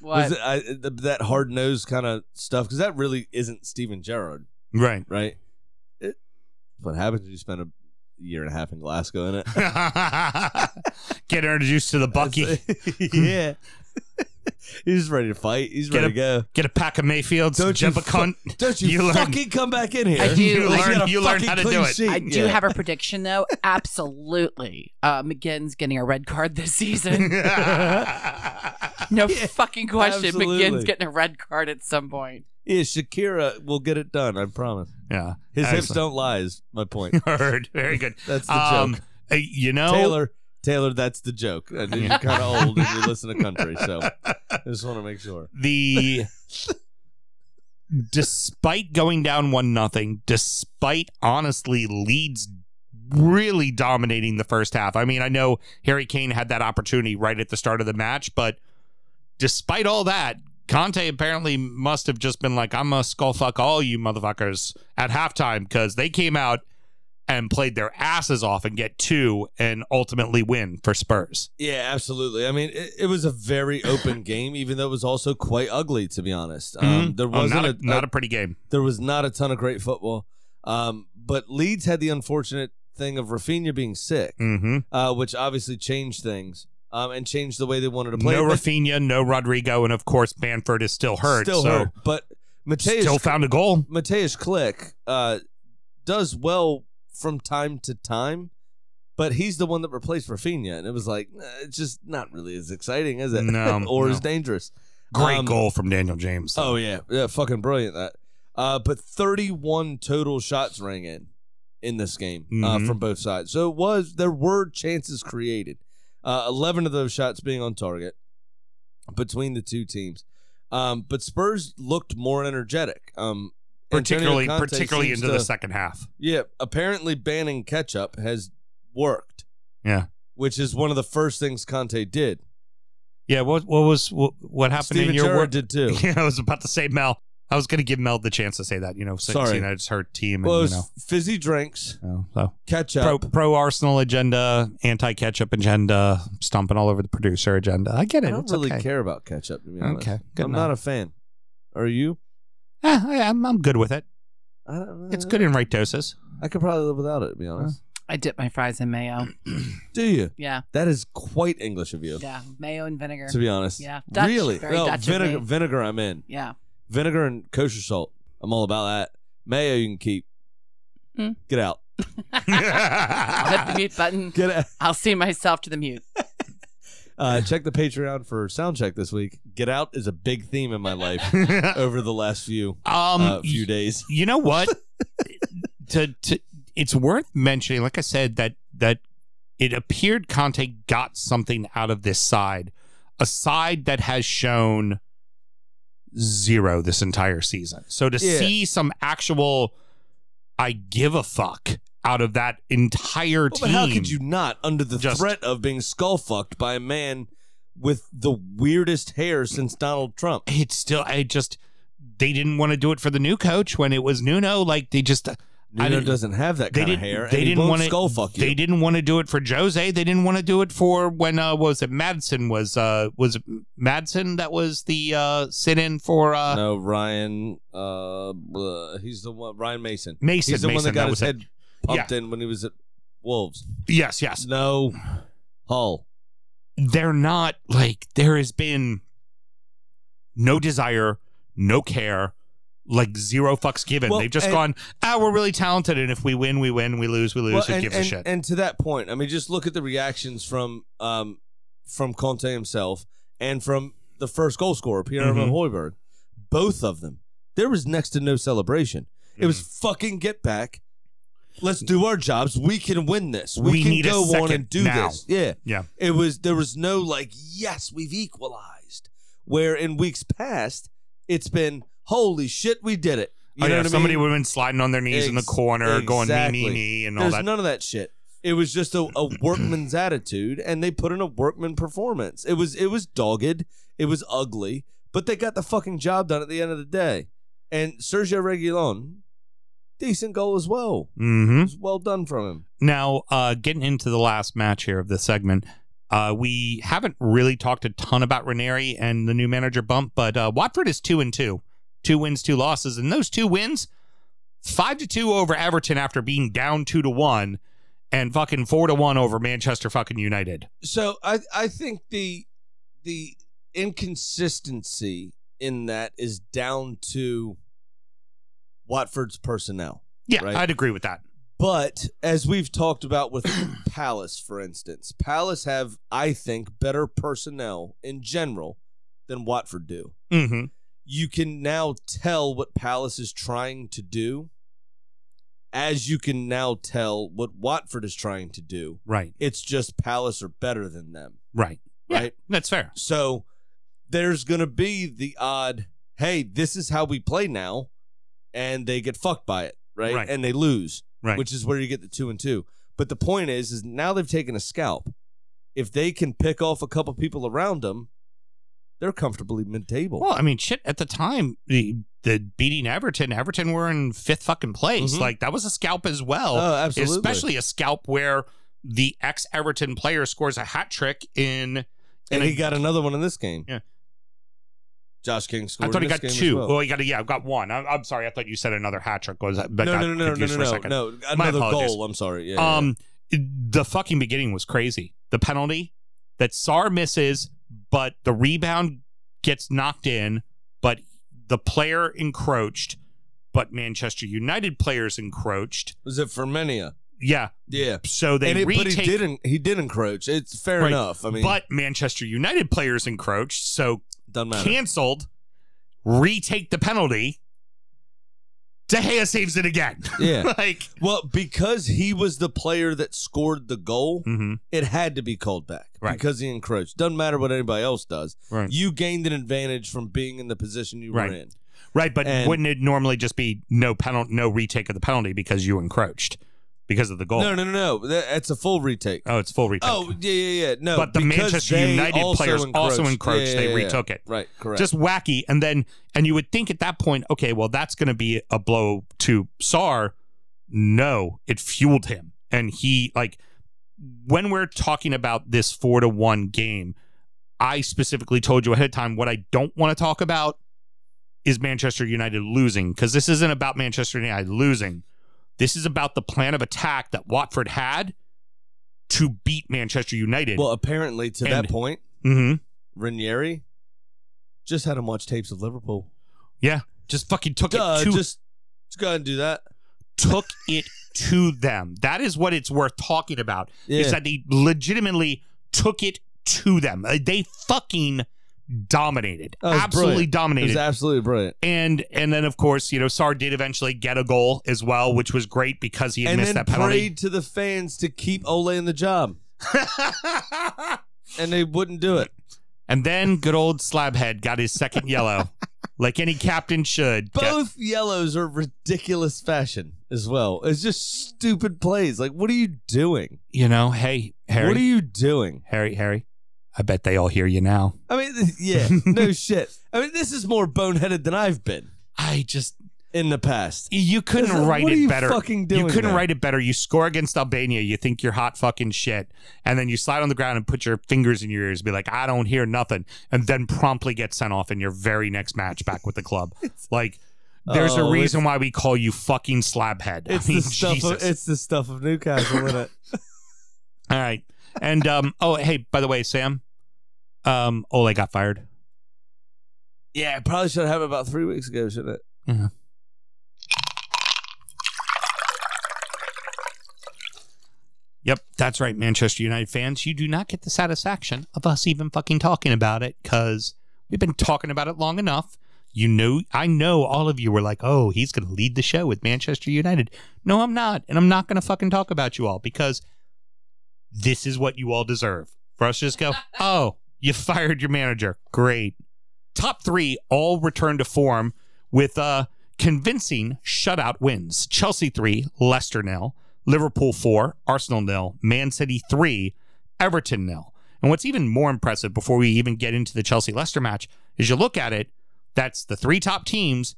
A: What?
C: was it, I, th- that hard nosed kind of stuff? Because that really isn't Stephen Gerrard,
D: Right.
C: right? It, what happens when you spend a year and a half in Glasgow in it?
D: Get introduced to the Bucky.
C: yeah. He's just ready to fight. He's
D: Get
C: ready
D: a-
C: to go.
D: Get a pack of Mayfields.
C: Don't you
D: jump a
C: fu-
D: cunt.
C: Don't you,
D: You learn-
C: fucking come back in here.
A: I do-
D: You
A: I
D: learn-
C: got a
D: you learn
C: fucking
D: how to
C: clean
D: do it.
C: sheet.
A: I do
C: Yeah.
A: have a prediction, though. Absolutely. Uh, McGinn's getting a red card this season. No fucking question.
C: absolutely.
A: McGinn's getting a red card at some point.
C: Yeah, Shakira will get it done. I promise.
D: yeah.
C: His hips
D: Excellent.
C: don't lie. Is my point.
D: Heard. Very good.
C: That's the
D: Um,
C: joke.
D: uh, you know,
C: Taylor, Taylor, that's the joke. Uh, You're kind of old and you listen to country, so I just want to make sure.
D: the despite going down one nothing, despite honestly Leeds really dominating the first half. I mean, I know Harry Kane had that opportunity right at the start of the match, but despite all that, Conte apparently must have just been like, I'm gonna skull fuck all you motherfuckers at halftime because they came out and played their asses off and get two and ultimately win for Spurs.
C: Yeah, absolutely. I mean, it, it was a very open game, even though it was also quite ugly, to be honest. Um,
D: Mhm.
C: there
D: Oh,
C: wasn't
D: not,
C: a,
D: a, not a pretty game.
C: there was not a ton of great football, um, but Leeds had the unfortunate thing of Rafinha being sick,
D: Mm-hmm.
C: uh, which obviously changed things um, and changed the way they wanted to play.
D: No
C: But-
D: Rafinha, no Rodrigo, and of course Banford is still hurt.
C: still
D: so
C: hurt, but Mateus
D: still found a goal.
C: Mateus Click uh, does well from time to time, but he's the one that replaced Rafinha, and it was like eh, it's just not really as exciting, is it?
D: No,
C: or as
D: no.
C: dangerous.
D: Great
C: Um,
D: goal from Daniel James.
C: Oh yeah, yeah, fucking brilliant that. Uh, but 31 total shots rang in in this game uh,
D: Mhm.
C: from both sides. So it was there were chances created. Uh, 11 of those shots being on target between the two teams. Um, but Spurs looked more energetic. Um, Antonio
D: particularly
C: Conte
D: particularly
C: seems
D: into the
C: to-
D: second half.
C: yeah, apparently banning ketchup has worked.
D: Yeah.
C: Which is one of the first things Conte did.
D: Yeah, what what was what, what happened in
C: Steven
D: your
C: Gerrard
D: word?
C: did too.
D: Yeah, I was about to say Mel. I was going to give Mel the chance to say that. You know, since
C: Sorry.
D: you know it's her team.
C: well, it
D: and,
C: was
D: you know,
C: fizzy drinks,
D: you know, so.
C: ketchup.
D: Pro pro Arsenal agenda, anti ketchup agenda, stomping all over the producer agenda. I get it.
C: I don't
D: it's
C: really
D: okay.
C: care about ketchup. To be honest.
D: Okay, good
C: I'm
D: enough.
C: not a fan. Are you?
D: Eh, I, am I'm good with it.
C: I don't,
D: It's good in right doses.
C: I could probably live without it. To be honest.
A: I dip my fries in mayo.
C: Do you?
A: Yeah,
C: That is quite English of you.
A: yeah, mayo and vinegar.
C: To be honest.
A: Yeah, Dutch,
C: really?
A: very
C: no,
A: Dutch of
C: vinegar.
A: me.
C: Vinegar. I'm in.
A: Yeah,
C: Vinegar and kosher salt. I'm all about that. Mayo you can keep.
A: Hmm.
C: Get out.
A: I'll hit the mute button.
C: Get out.
A: I'll see myself to the mute.
C: Uh, check the Patreon for soundcheck this week. Get out is a big theme in my life over the last few
D: um,
C: uh, few days.
D: you know what to, to it's worth mentioning like i said that that it appeared conte got something out of this side a side that has shown zero this entire season so to
C: Yeah.
D: see some actual i give a fuck out of that entire
C: Well,
D: team.
C: but how could you not, under the
D: Just-
C: threat of being skull fucked by a man with the weirdest hair since Donald Trump?
D: It's still. I just. They didn't want to do it for the new coach when it was Nuno. Like they just. I
C: Nuno
D: didn't-
C: doesn't have that
D: They
C: kind of
D: didn't.
C: hair.
D: they
C: and
D: didn't
C: want
D: want
C: to
D: to
C: skull fuck you.
D: They didn't want to do it for Jose. They didn't want to do it for when uh, what was it Madsen was uh was it Madsen that was the uh sit in for uh
C: no, Ryan. Uh, blah, he's the one. Ryan Mason.
D: Mason.
C: he's the
D: Mason,
C: one that got his
D: was it.
C: head pumped in when he was at Wolves.
D: Yes, yes.
C: No, Hull.
D: They're not like there has been no desire, no care, like zero fucks given.
C: Well,
D: They've just
C: and-
D: gone, ah, we're really talented, and if we win, we win, we lose, we lose, who
C: and,
D: gives
C: and-
D: a shit?
C: and to that point, I mean, just look at the reactions from um, from Conte himself and from the first goal scorer, Pierre Emil
D: Mhm.
C: Hoiberg. Both of them. There was next to no celebration. It was
D: Mm.
C: fucking get back. Let's do our jobs. We can win this. We,
D: We
C: can
D: need a
C: go on
D: second
C: and do
D: now.
C: this. Yeah.
D: Yeah.
C: It was there was no like, yes, we've equalized. Where in weeks past, it's been holy shit, we did it. You
D: oh,
C: know
D: yeah,
C: what I
D: somebody
C: mean?
D: would have been sliding on their knees in the
C: Ex-
D: corner, going me,
C: exactly.
D: me, me, and all
C: There's
D: that.
C: none of that shit. It was just a, a workman's attitude, and they put in a workman performance. It was it was dogged, it was ugly, but they got the fucking job done at the end of the day. And Sergio Reguilon, decent goal as well.
D: mm-hmm.
C: It was well done from him.
D: Now, uh, getting into the last match here of this segment, uh, we haven't really talked a ton about Ranieri and the new manager bump, but uh, Watford is two and two, two wins, two losses, and those two wins, five to two over Everton after being down two to one, and fucking four to one over Manchester fucking United.
C: So I I think the the inconsistency in that is down to Watford's personnel.
D: Yeah,
C: Right.
D: I'd agree with that.
C: But as we've talked about with Palace, for instance, Palace have, I think, better personnel in general than Watford do.
D: Mm-hmm.
C: You can now tell what Palace is trying to do, as you can now tell what Watford is trying to do.
D: Right,
C: It's just Palace are better than them.
D: right, Yeah,
C: Right.
D: That's fair.
C: So there's going to be the odd, hey, this is how we play now. And they get fucked by it, right?
D: Right.
C: And they lose
D: Right.
C: which is where you get the two and two. But the point is, is now they've taken a scalp. If they can pick off a couple people around them, they're comfortably mid-table.
D: Well, I mean, shit. At the time, the, the beating Everton, Everton were in fifth fucking place.
C: Mhm.
D: Like that was a scalp as well.
C: oh, absolutely.
D: especially a scalp where the ex Everton player scores a hat trick in.
C: and
D: in a-
C: he got another one in this game.
D: Yeah.
C: Josh King scored.
D: I thought he
C: in this
D: got
C: game as
D: two.
C: well.
D: Well, he got a, yeah, I got one. I'm, I'm sorry. I thought you said another hat trick. Was but
C: no,
D: got
C: no, no, no, no,
D: confused
C: no,
D: for a
C: no,
D: second.
C: no.
D: My
C: Another
D: apologies.
C: goal. I'm sorry. Yeah, yeah,
D: Um, the fucking beginning was crazy. The penalty that Sar misses, but the rebound gets knocked in, but the player encroached, but Manchester United players encroached.
C: yeah. was it Firmenia?
D: Yeah,
C: Yeah.
D: so they
C: and it, but he
D: retake.
C: didn't. He did encroach. It's fair
D: Right.
C: enough. I mean,
D: but Manchester United players encroached, so
C: doesn't matter.
D: canceled, retake the penalty. De Gea saves it again.
C: Yeah.
D: like,
C: Well, because he was the player that scored the goal, it had to be called back
D: Right.
C: because he encroached. Doesn't matter what anybody else does.
D: Right.
C: You gained an advantage from being in the position you
D: Right.
C: were in.
D: right. But
C: And-
D: wouldn't it normally just be no penalty, no retake of the penalty because you encroached because of the goal?
C: No, no, no, no. That- That's a full retake.
D: Oh, it's full Oh. retake.
C: Oh, yeah, yeah, yeah. No,
D: but the
C: because
D: Manchester
C: they
D: United
C: also
D: players also
C: Yeah,
D: encroached.
C: yeah,
D: they
C: yeah, yeah.
D: retook it.
C: Right, correct.
D: Just wacky. And then, and you would think at that point, okay, well, that's going to be a blow to Sar. No, it fueled him. And he, like, when we're talking about this four to one game, I specifically told you ahead of time what I don't want to talk about is Manchester United losing because this isn't about Manchester United losing. This is about the plan of attack that Watford had to beat Manchester United.
C: well, apparently to
D: And-
C: that point,
D: hmm
C: Ranieri just had him watch tapes of Liverpool.
D: just fucking took
C: Duh,
D: it to
C: just, just go ahead and do that.
D: took it to them. That is what it's worth talking about.
C: Yeah.
D: Is that they legitimately took it to them. Uh, They fucking dominated.
C: Oh, it was
D: absolutely
C: brilliant. it was
D: dominated.
C: absolutely brilliant.
D: and and then of course, you know, Sar did eventually get a goal as well, which was great because he had
C: And
D: missed
C: then
D: that penalty.
C: prayed to the fans to keep Ole in the job, and they wouldn't do it.
D: and then good old Slabhead got his second yellow. Like any captain should.
C: Both yellows are ridiculous fashion. as well. It's just stupid plays. Like, what are you doing?
D: You know, hey, Harry.
C: What are you doing?
D: Harry, Harry. I bet they all hear you now.
C: I mean, th- yeah, no shit. I mean, this is more boneheaded than I've been
D: I just
C: in the past.
D: you couldn't
C: What
D: write
C: are
D: it
C: you
D: better.
C: fucking
D: you
C: doing
D: couldn't
C: there?
D: write it better. You score against Albania, you think you're hot fucking shit, and then you slide on the ground and put your fingers in your ears, be like, "I don't hear nothing," and then promptly get sent off in your very next match back with the club. like, there's
C: Oh,
D: a
C: it's-
D: reason why we call you fucking slabhead.
C: It's
D: I mean,
C: the stuff. Of,
D: Jesus.
C: it's the stuff of Newcastle, isn't it?
D: All right, and um, oh hey, by the way, Sam, um, Ole got fired.
C: Yeah, it probably should have happened about three weeks ago, shouldn't it?
D: Yep, that's right, Manchester United fans. You do not get the satisfaction of us even fucking talking about it because we've been talking about it long enough. You know, I know all of you were like, oh, he's going to lead the show with Manchester United. No, I'm not. And I'm not going to fucking talk about you all because this is what you all deserve. For us to just go, oh, you fired your manager. Great. Top three all return to form with uh, convincing shutout wins Chelsea three, Leicester nil. Liverpool 4, Arsenal nil, Man City 3, Everton nil. And what's even more impressive before we even get into the Chelsea Leicester match is you look at it, that's the three top teams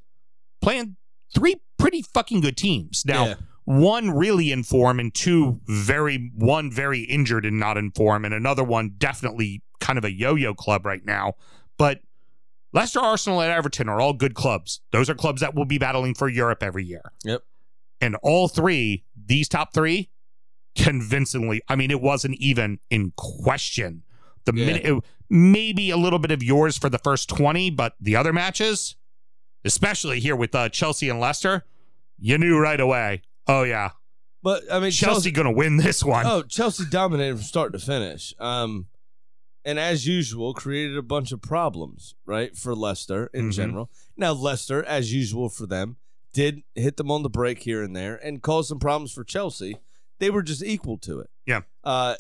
D: playing three pretty fucking good teams. Now,
C: Yeah.
D: one really in form and two very one very injured and not in form and another one definitely kind of a yo-yo club right now. But Leicester, Arsenal, and Everton are all good clubs. Those are clubs that will be battling for Europe every year.
C: Yep.
D: And all three, these top three, convincingly, I mean, it wasn't even in question. The
C: Yeah.
D: minute, it, maybe a little bit of yours for the first 20, but the other matches, especially here with uh, Chelsea and Leicester, you knew right away. Oh, yeah.
C: But I mean,
D: Chelsea, going to win this one.
C: Oh, Chelsea dominated from start to finish. Um, and as usual, created a bunch of problems, right, for Leicester in
D: Mhm.
C: general. Now, Leicester, as usual for them, did hit them on the break here and there and caused some problems for Chelsea. They were just equal to it.
D: Yeah.
C: Uh,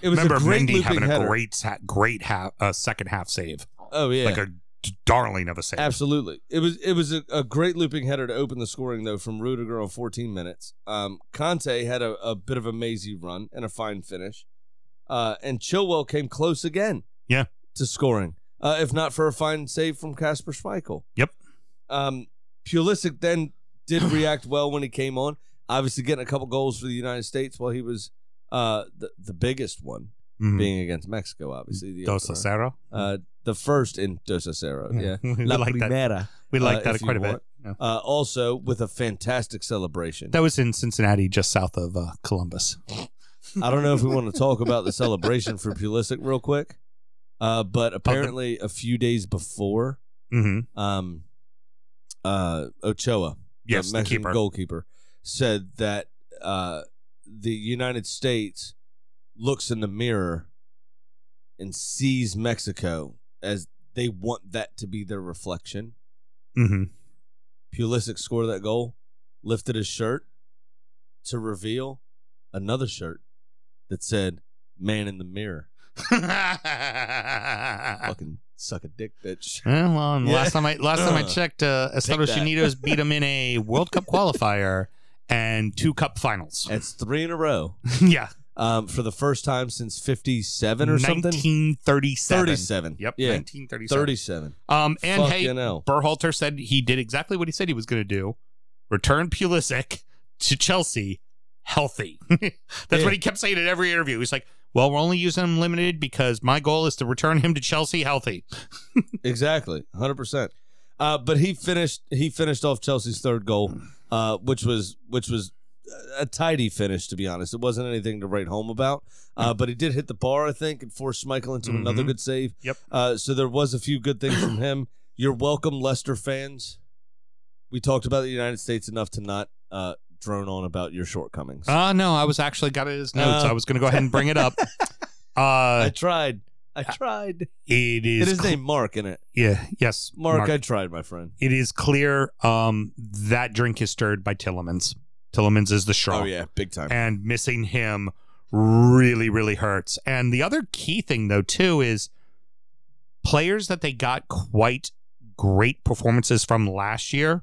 C: it was
D: Remember
C: a great
D: Mendy
C: looping
D: having
C: header.
D: a great, sa- great ha- uh, second half save,
C: oh yeah,
D: like a d- darling of a save.
C: Absolutely. It was it was a, a great looping header to open the scoring though from Rudiger on 14 minutes. Um, Conte had a, a bit of a mazy run and a fine finish. Uh, and Chilwell came close again.
D: Yeah.
C: To scoring. Uh, if not for a fine save from Casper Schmeichel.
D: Yep.
C: Um, Pulisic then did react well when he came on. Obviously getting a couple goals for the United States while he was uh, the, the biggest one
D: Mhm.
C: being against Mexico, obviously. The
D: Dos
C: opener.
D: Acero.
C: uh, the first in Dos Acero, yeah.
D: Mm-hmm. we
C: La
D: like that.
C: Primera
D: We like
C: uh,
D: that
C: if you
D: quite a bit.
C: want. uh, also with a fantastic celebration.
D: That was in Cincinnati, just south of uh, Columbus.
C: I don't know if we want to talk about the celebration for Pulisic real quick, uh, but apparently a few days before,
D: Mm-hmm.
C: um, uh, Ochoa,
D: Yes,
C: the
D: the
C: Mexican
D: keeper.
C: goalkeeper, said that uh, the United States looks in the mirror and sees Mexico as they want that to be their reflection.
D: Mm-hmm.
C: Pulisic scored that goal, lifted his shirt to reveal another shirt that said "Man in the Mirror." Fucking suck a dick, bitch.
D: well, and
C: Yeah.
D: last time I last time I
C: Ugh.
D: checked, uh, Estados
C: that.
D: Unidos beat him in a World Cup qualifier and two Cup finals.
C: That's three in a row
D: yeah,
C: um, for the first time since '57 or something.
D: nineteen thirty-seven.
C: Thirty-seven.
D: Yep,
C: Yeah.
D: nineteen thirty-seven.
C: Thirty-seven.
D: Um, and
C: Fucking
D: hey,
C: hell.
D: Berhalter said he did exactly what he said he was going to do: return Pulisic to Chelsea healthy. That's
C: Yeah.
D: what he kept saying in every interview. He's like, "Well, we're only using him limited because my goal is to return him to Chelsea healthy."
C: Exactly, hundred percent. Uh, but he finished. He finished off Chelsea's third goal, uh, which was which was a tidy finish. To be honest, it wasn't anything to write home about. Uh, but he did hit the bar, I think, and forced Schmeichel into another
D: Mhm.
C: good save.
D: Yep.
C: Uh, so there was a few good things from him. You're welcome, Leicester fans. We talked about the United States enough to not uh, drone on about your shortcomings.
D: Uh no, I was actually got it as notes.
C: Oh.
D: I was going to go ahead and bring it up.
C: I
D: Uh,
C: tried. I tried.
D: it
C: It
D: is,
C: is
D: cl-
C: named Mark, isn't it?
D: yeah, yes,
C: Mark, I tried, my friend.
D: it is clear um that drink is stirred by Tillemans. Tillemans is the straw.
C: Oh yeah, big time.
D: and missing him really really hurts and the other key thing though too is players that they got quite great performances from last year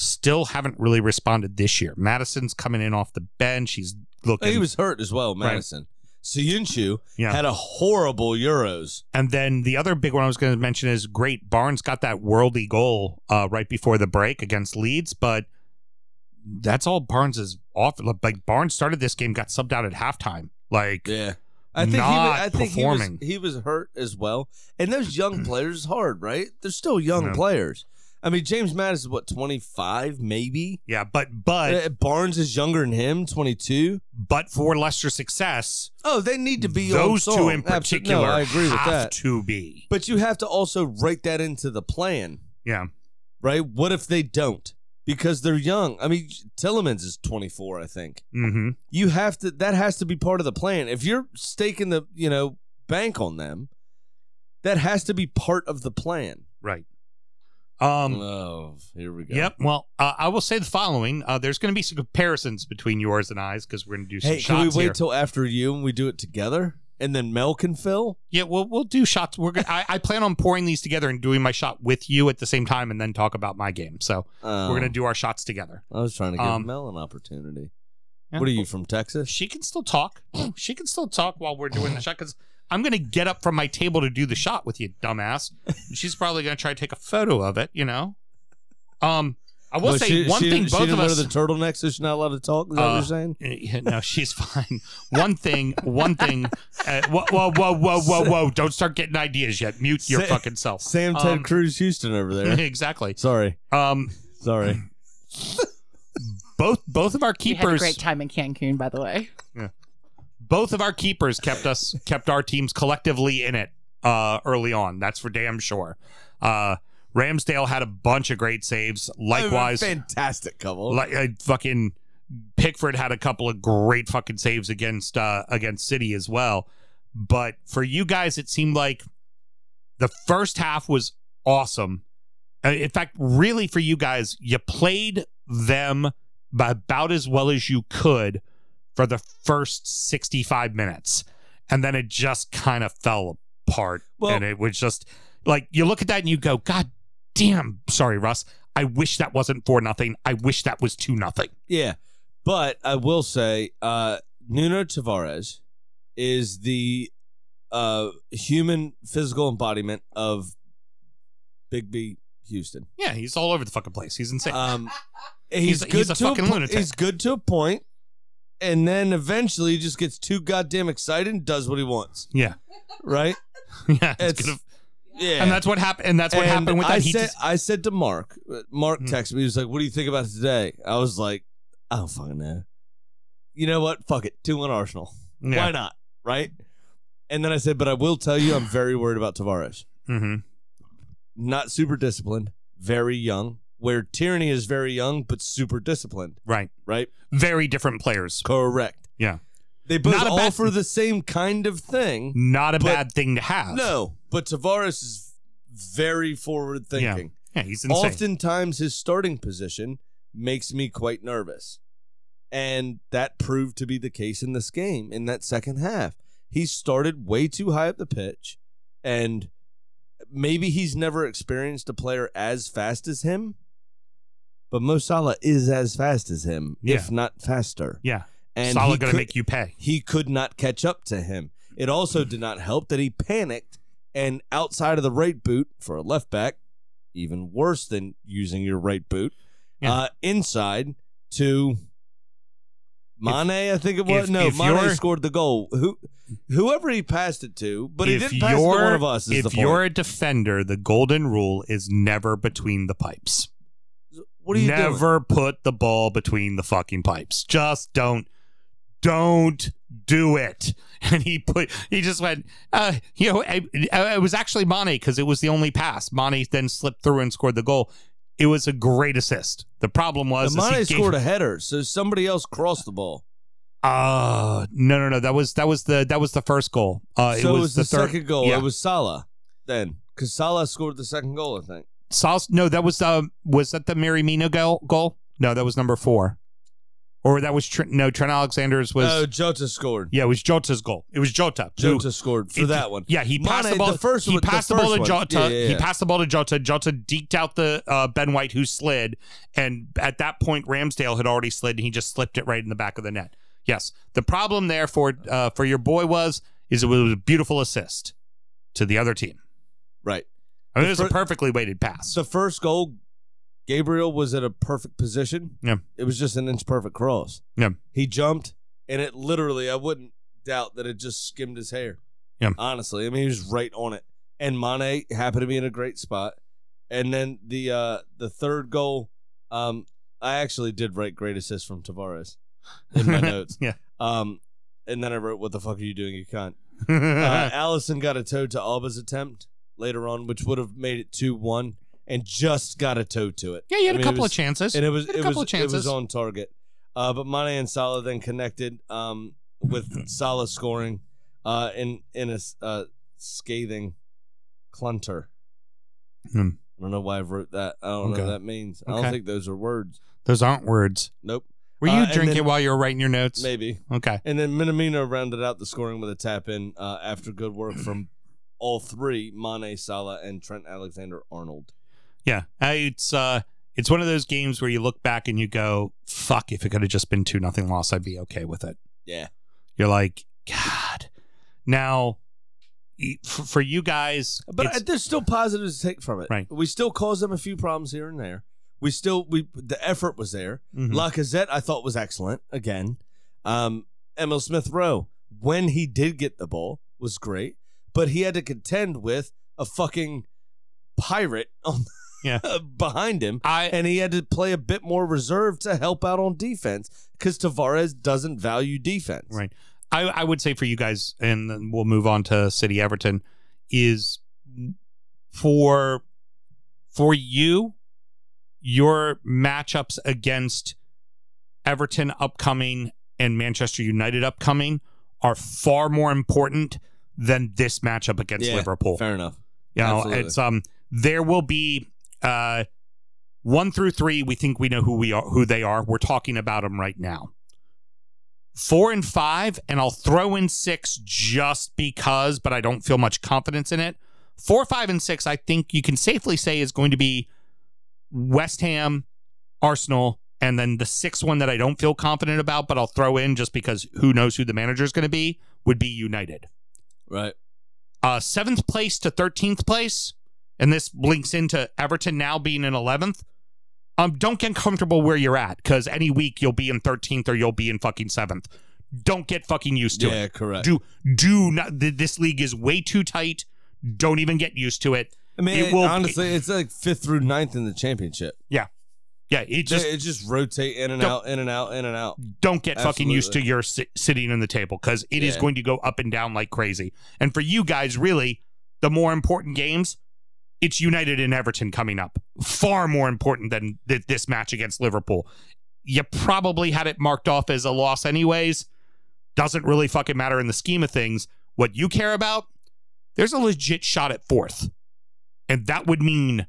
D: Still haven't really responded this year. Madison's coming in off the bench. He's looking.
C: He was hurt as well,
D: Right.
C: Madison. Suyunchu
D: Yeah.
C: had a horrible Euros.
D: And then the other big one I was going to mention is great. Barnes got that worldly goal uh, right before the break against Leeds, but that's all Barnes is off. Like Barnes started this game, got subbed out at halftime. Like
C: Yeah. I think, he
D: Not
C: was, I think he, was,
D: performing.
C: he was hurt as well. And those young players is hard, right? They're still young
D: Yeah.
C: players. I mean, James Madison, what, 25 maybe?
D: yeah, but but
C: Uh, Barnes is younger than him, 22.
D: but for Leicester's success,
C: Oh, they need to be on
D: those two
C: song.
D: in
C: Absolute-
D: particular
C: No, I agree with
D: have
C: that.
D: to be.
C: But you have to also write that into the plan,
D: Yeah,
C: right? What if they don't? Because they're young. I mean, Tillemans is 24, I think.
D: mm-hmm.
C: You have to that has to be part of the plan. If you're staking the, you know, bank on them, that has to be part of the plan.
D: right. Um,
C: oh, here we go.
D: Yep. Well, uh, I will say the following: uh, there's going to be some comparisons between yours and I's because we're going to do some
C: Hey,
D: shots
C: can we wait
D: here.
C: till after you and we do it together? And then Mel can fill?
D: yeah, we'll we'll do shots. We're gonna, I, I plan on pouring these together and doing my shot with you at the same time, and then talk about my game. So
C: Oh,
D: we're gonna do our shots together.
C: I was trying to give
D: um,
C: Mel an opportunity.
D: Yeah.
C: What are you from Texas?
D: She can still talk. She can still talk while we're doing the shot because I'm gonna get up from my table to do the shot with you, dumbass. She's probably gonna try to take a photo of it. You know. Um, I will
C: Well,
D: say
C: she-
D: one
C: she
D: thing.
C: didn't- she
D: Both
C: didn't
D: of
C: wear
D: us.
C: the turtleneck, so she's not allowed to talk. Is that what
D: Uh,
C: you're saying?
D: Yeah, no, she's fine. One thing, one thing. Uh, whoa, whoa, whoa, whoa, whoa, whoa! Don't start getting ideas yet. Mute your
C: Sa-
D: fucking self.
C: Sam Ted
D: Um,
C: Cruz Houston over there.
D: exactly.
C: sorry,
D: Um,
C: sorry.
D: both both of our
A: We had a
D: keepers,
A: great time in Cancun, by the way.
D: both of our keepers kept us kept our teams collectively in it uh, early on. That's for damn sure. Uh, Ramsdale had a bunch of great saves. Likewise,
C: fantastic couple.
D: like uh, fucking Pickford had a couple of great fucking saves against uh against City as well. But for you guys, it seemed like the first half was awesome. Uh, In fact, really for you guys, you played them b- about as well as you could for the first 65 minutes. And then it just kind of fell apart.
C: Well-
D: and it was just like you look at that and you go, God damn, sorry, Russ. I wish that wasn't four nothing. I wish that was two nothing.
C: yeah, but I will say, uh, Nuno Tavares is the uh, human physical embodiment of Big B Houston.
D: Yeah, he's all over the fucking place. He's insane.
C: Um, he's,
D: He's a-
C: good
D: he's a
C: to
D: fucking
C: po-
D: lunatic.
C: He's good to a point, and then eventually he just gets too goddamn excited and does what he wants.
D: yeah,
C: Right?
D: yeah. it's
C: It's-
D: gonna-
C: Yeah.
D: And that's what happened. And that's what
C: And
D: happened with that.
C: I
D: he
C: said,
D: just-
C: I said to Mark. uh, Mark
D: Hmm.
C: texted me. He was like, "What do you think about today?" I was like, "I don't fucking know." You know what? Fuck it. Two one Arsenal.
D: yeah.
C: Why not? Right? And then I said, "But I will tell you, I'm very worried about Tavares.
D: Mhm.
C: Not super disciplined. Very young. Where Tyranny is very young, but super disciplined.
D: Right.
C: Right?
D: Very different players.
C: Correct.
D: Yeah.
C: They both
D: Not a bad-
C: offer the same kind of thing.
D: Not a
C: But-
D: bad thing to have.
C: No, but Tavares is very forward
D: Yeah.
C: thinking.
D: Yeah, he's insane.
C: Oftentimes, his starting position makes me quite nervous. And that proved to be the case in this game in that second half. He started way too high up the pitch, and maybe he's never experienced a player as fast as him, but Mo Salah is as fast as him, if
D: Yeah.
C: not faster.
D: yeah.
C: And
D: Salah
C: he
D: gonna
C: could-
D: make you pay.
C: he could not catch up to him. It also did not help that he panicked and outside of the right boot for a left back, even worse than using your right boot,
D: Yeah.
C: uh, inside to Mane, I think it was.
D: if-
C: no,
D: if
C: Mane
D: you're-
C: scored the goal. Who, whoever he passed it to, but he
D: If
C: didn't pass it to
D: you're-
C: one of us. Is
D: If
C: the
D: you're
C: point.
D: a defender, the golden rule is never between the pipes.
C: What are you doing?
D: Never put the ball between the fucking pipes. Just don't, don't do it. And he put, he just went, uh, you know, I- I- it was actually Mane because it was the only pass. Mane then slipped through and scored the goal. It was a great assist. The problem was,
C: Now,
D: is he
C: Mane
D: gave-
C: scored a header, so somebody else crossed the ball.
D: Uh, no, no, no. That was that was the that was the first goal. Uh,
C: so
D: it was,
C: the,
D: the, third,
C: second goal.
D: yeah.
C: It was Salah then, because Salah scored the second goal, I think.
D: uh, Sauce. No, that was um, was that the Mary Mina goal? Goal? No, that was number four. Or that was Trent, no Trent Alexander's was
C: oh, Jota scored.
D: yeah it was Jota's goal. It was Jota. who-
C: Jota scored for
D: it-
C: that one.
D: Yeah, he passed
C: Mane,
D: the ball.
C: The first
D: he
C: one,
D: passed the,
C: first
D: ball to
C: one.
D: Jota.
C: Yeah, yeah,
D: He
C: yeah.
D: passed the ball to Jota. Jota deked out the uh, Ben White who slid, and at that point Ramsdale had already slid, and he just slipped it right in the back of the net. Yes, the problem there for uh, for your boy was is it was a beautiful assist to the other team.
C: Right.
D: I mean, it was a
C: fir-
D: perfectly weighted pass.
C: The first goal, Gabriel was at a perfect position.
D: Yeah.
C: It was just an inch perfect cross.
D: Yeah.
C: He jumped, and it literally, I wouldn't doubt that it just skimmed his hair.
D: Yeah.
C: Honestly, I mean, he was right on it. And Mane happened to be in a great spot. And then the uh the third goal, um, I actually did write great assist from Tavares in my notes.
D: Yeah.
C: Um, and then I wrote, "What the fuck are you doing, you cunt?" uh, Allison got a toe to Alba's attempt later on, which would have made it two one, and just got a toe to it.
D: yeah, you had
C: I mean,
D: a
C: it
D: couple
C: was-
D: of chances.
C: and it was
D: Had a
C: it
D: couple
C: was
D: of chances.
C: it was on target. Uh, but Mane and Salah then connected um, with Salah scoring uh, in in a s- uh, scathing clunter.
D: Hmm.
C: I don't know why I wrote that. I don't know
D: Okay.
C: what that means. I don't
D: Okay.
C: think those are words.
D: Those aren't words.
C: Nope.
D: Were you
C: Uh, and
D: drinking
C: then-
D: while you were writing your notes?
C: Maybe.
D: Okay.
C: And then Minamino rounded out the scoring with a tap in uh, after good work from all three Mane, Salah, and Trent Alexander Arnold.
D: Yeah, Uh, it's uh, it's one of those games where you look back and you go, "Fuck! If it could have just been two nothing loss, I'd be okay with it."
C: Yeah.
D: You're like, God. Now, e- f- for you guys,
C: But
D: it's-
C: I- there's still positives to take from it.
D: Right.
C: We still caused them a few problems here and there. We still we the effort was there.
D: Mhm.
C: Lacazette I thought was excellent again. Um, Emil Smith Rowe when he did get the ball was great, but he had to contend with a fucking pirate on
D: Yeah.
C: behind him.
D: I
C: and he had to play a bit more reserve to help out on defense because Tavares doesn't value defense.
D: Right. I, I would say for you guys, and then we'll move on to City Everton, is for for you, your matchups against Everton upcoming and Manchester United upcoming are far more important than this matchup against
C: Yeah,
D: Liverpool.
C: Fair enough.
D: You know,
C: Absolutely.
D: it's um there will be uh one through three, we think we know who we are who they are. We're talking about them right now. Four and five, and I'll throw in six just because, but I don't feel much confidence in it. Four, five, and six, I think you can safely say is going to be West Ham, Arsenal, and then the sixth one that I don't feel confident about, but I'll throw in just because who knows who the manager is going to be, would be United
C: Right.
D: uh, seventh place to 13th place, and this links into Everton now being in 11th. Um, don't get comfortable where you're at because any week you'll be in 13th or you'll be in fucking seventh. Don't get fucking used to
C: yeah.
D: it.
C: Correct.
D: Do do not. Th- this league is way too tight. Don't even get used to it.
C: I mean,
D: it will-
C: honestly, it's like fifth through ninth in the championship.
D: Yeah, it just
C: it just rotate in and
D: Don't-
C: out, in and out, in and out.
D: don't get fucking used to
C: Absolutely.
D: your si- sitting in the table because it is
C: Yeah.
D: going to go up and down like crazy. And for you guys, really, the more important games, it's United and Everton coming up. Far more important than th- this match against Liverpool. You probably had it marked off as a loss, anyways. Doesn't really fucking matter in the scheme of things. What you care about, there's a legit shot at fourth. And that would mean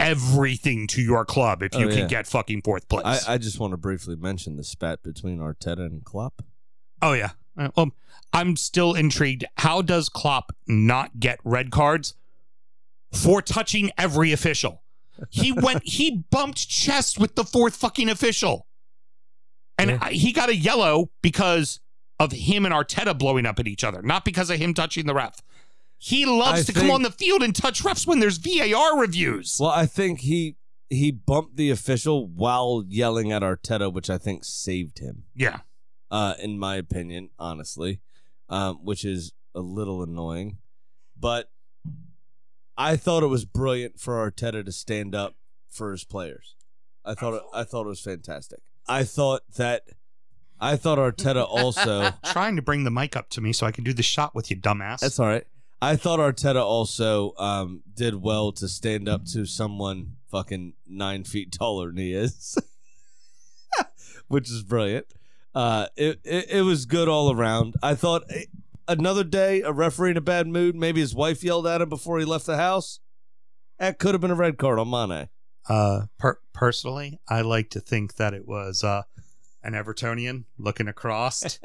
D: everything to your club if you
C: Oh, yeah.
D: can get fucking fourth place.
C: I, I just want to briefly mention the spat between Arteta and Klopp.
D: Oh yeah. Uh, Well, I'm still intrigued. How does Klopp not get red cards for touching every official? He went. he bumped chest with the fourth fucking official, and
C: Yeah.
D: I, he got a yellow because of him and Arteta blowing up at each other, not because of him touching the ref. He
C: I
D: loves to come
C: think-
D: on the field and touch refs when there's VAR reviews.
C: Well, I think he he bumped the official while yelling at Arteta, which I think saved him.
D: yeah.
C: uh, in my opinion, honestly, um, which is a little annoying. But I thought it was brilliant for Arteta to stand up for his players. I thought it, I thought it was fantastic. I thought that I thought Arteta also.
D: Trying to bring the mic up to me so I can do the shot with you, dumbass.
C: That's all right. I thought Arteta also um, did well to stand up to someone fucking nine feet taller than he is, which is brilliant. Uh, it, it it was good all around. I thought eh, another day, a referee in a bad mood, maybe his wife yelled at him before he left the house. That could have been a red card on Mane.
D: Uh, per- personally, I like to think that it was uh, an Evertonian looking across,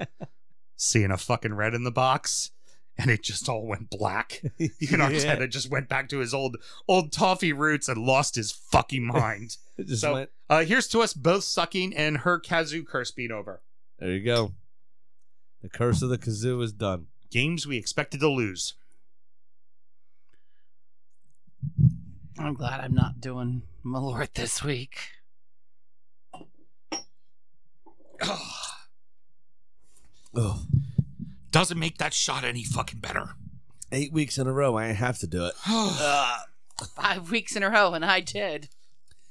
D: seeing a fucking red in the box, and it just all went black. You know,
C: Yeah.
D: and it just went back to his old old toffee roots and lost his fucking mind.
C: It just
D: So-
C: went.
D: uh, here's to us both sucking and her kazoo curse being over.
C: There you go. The curse of the kazoo is done.
D: Games we expected to lose.
A: I'm glad I'm not doing Malort this week.
C: Oh,
D: Doesn't make that shot any fucking better.
C: eight weeks in a row, I ain't have to do it.
A: Five weeks in a row, and I did.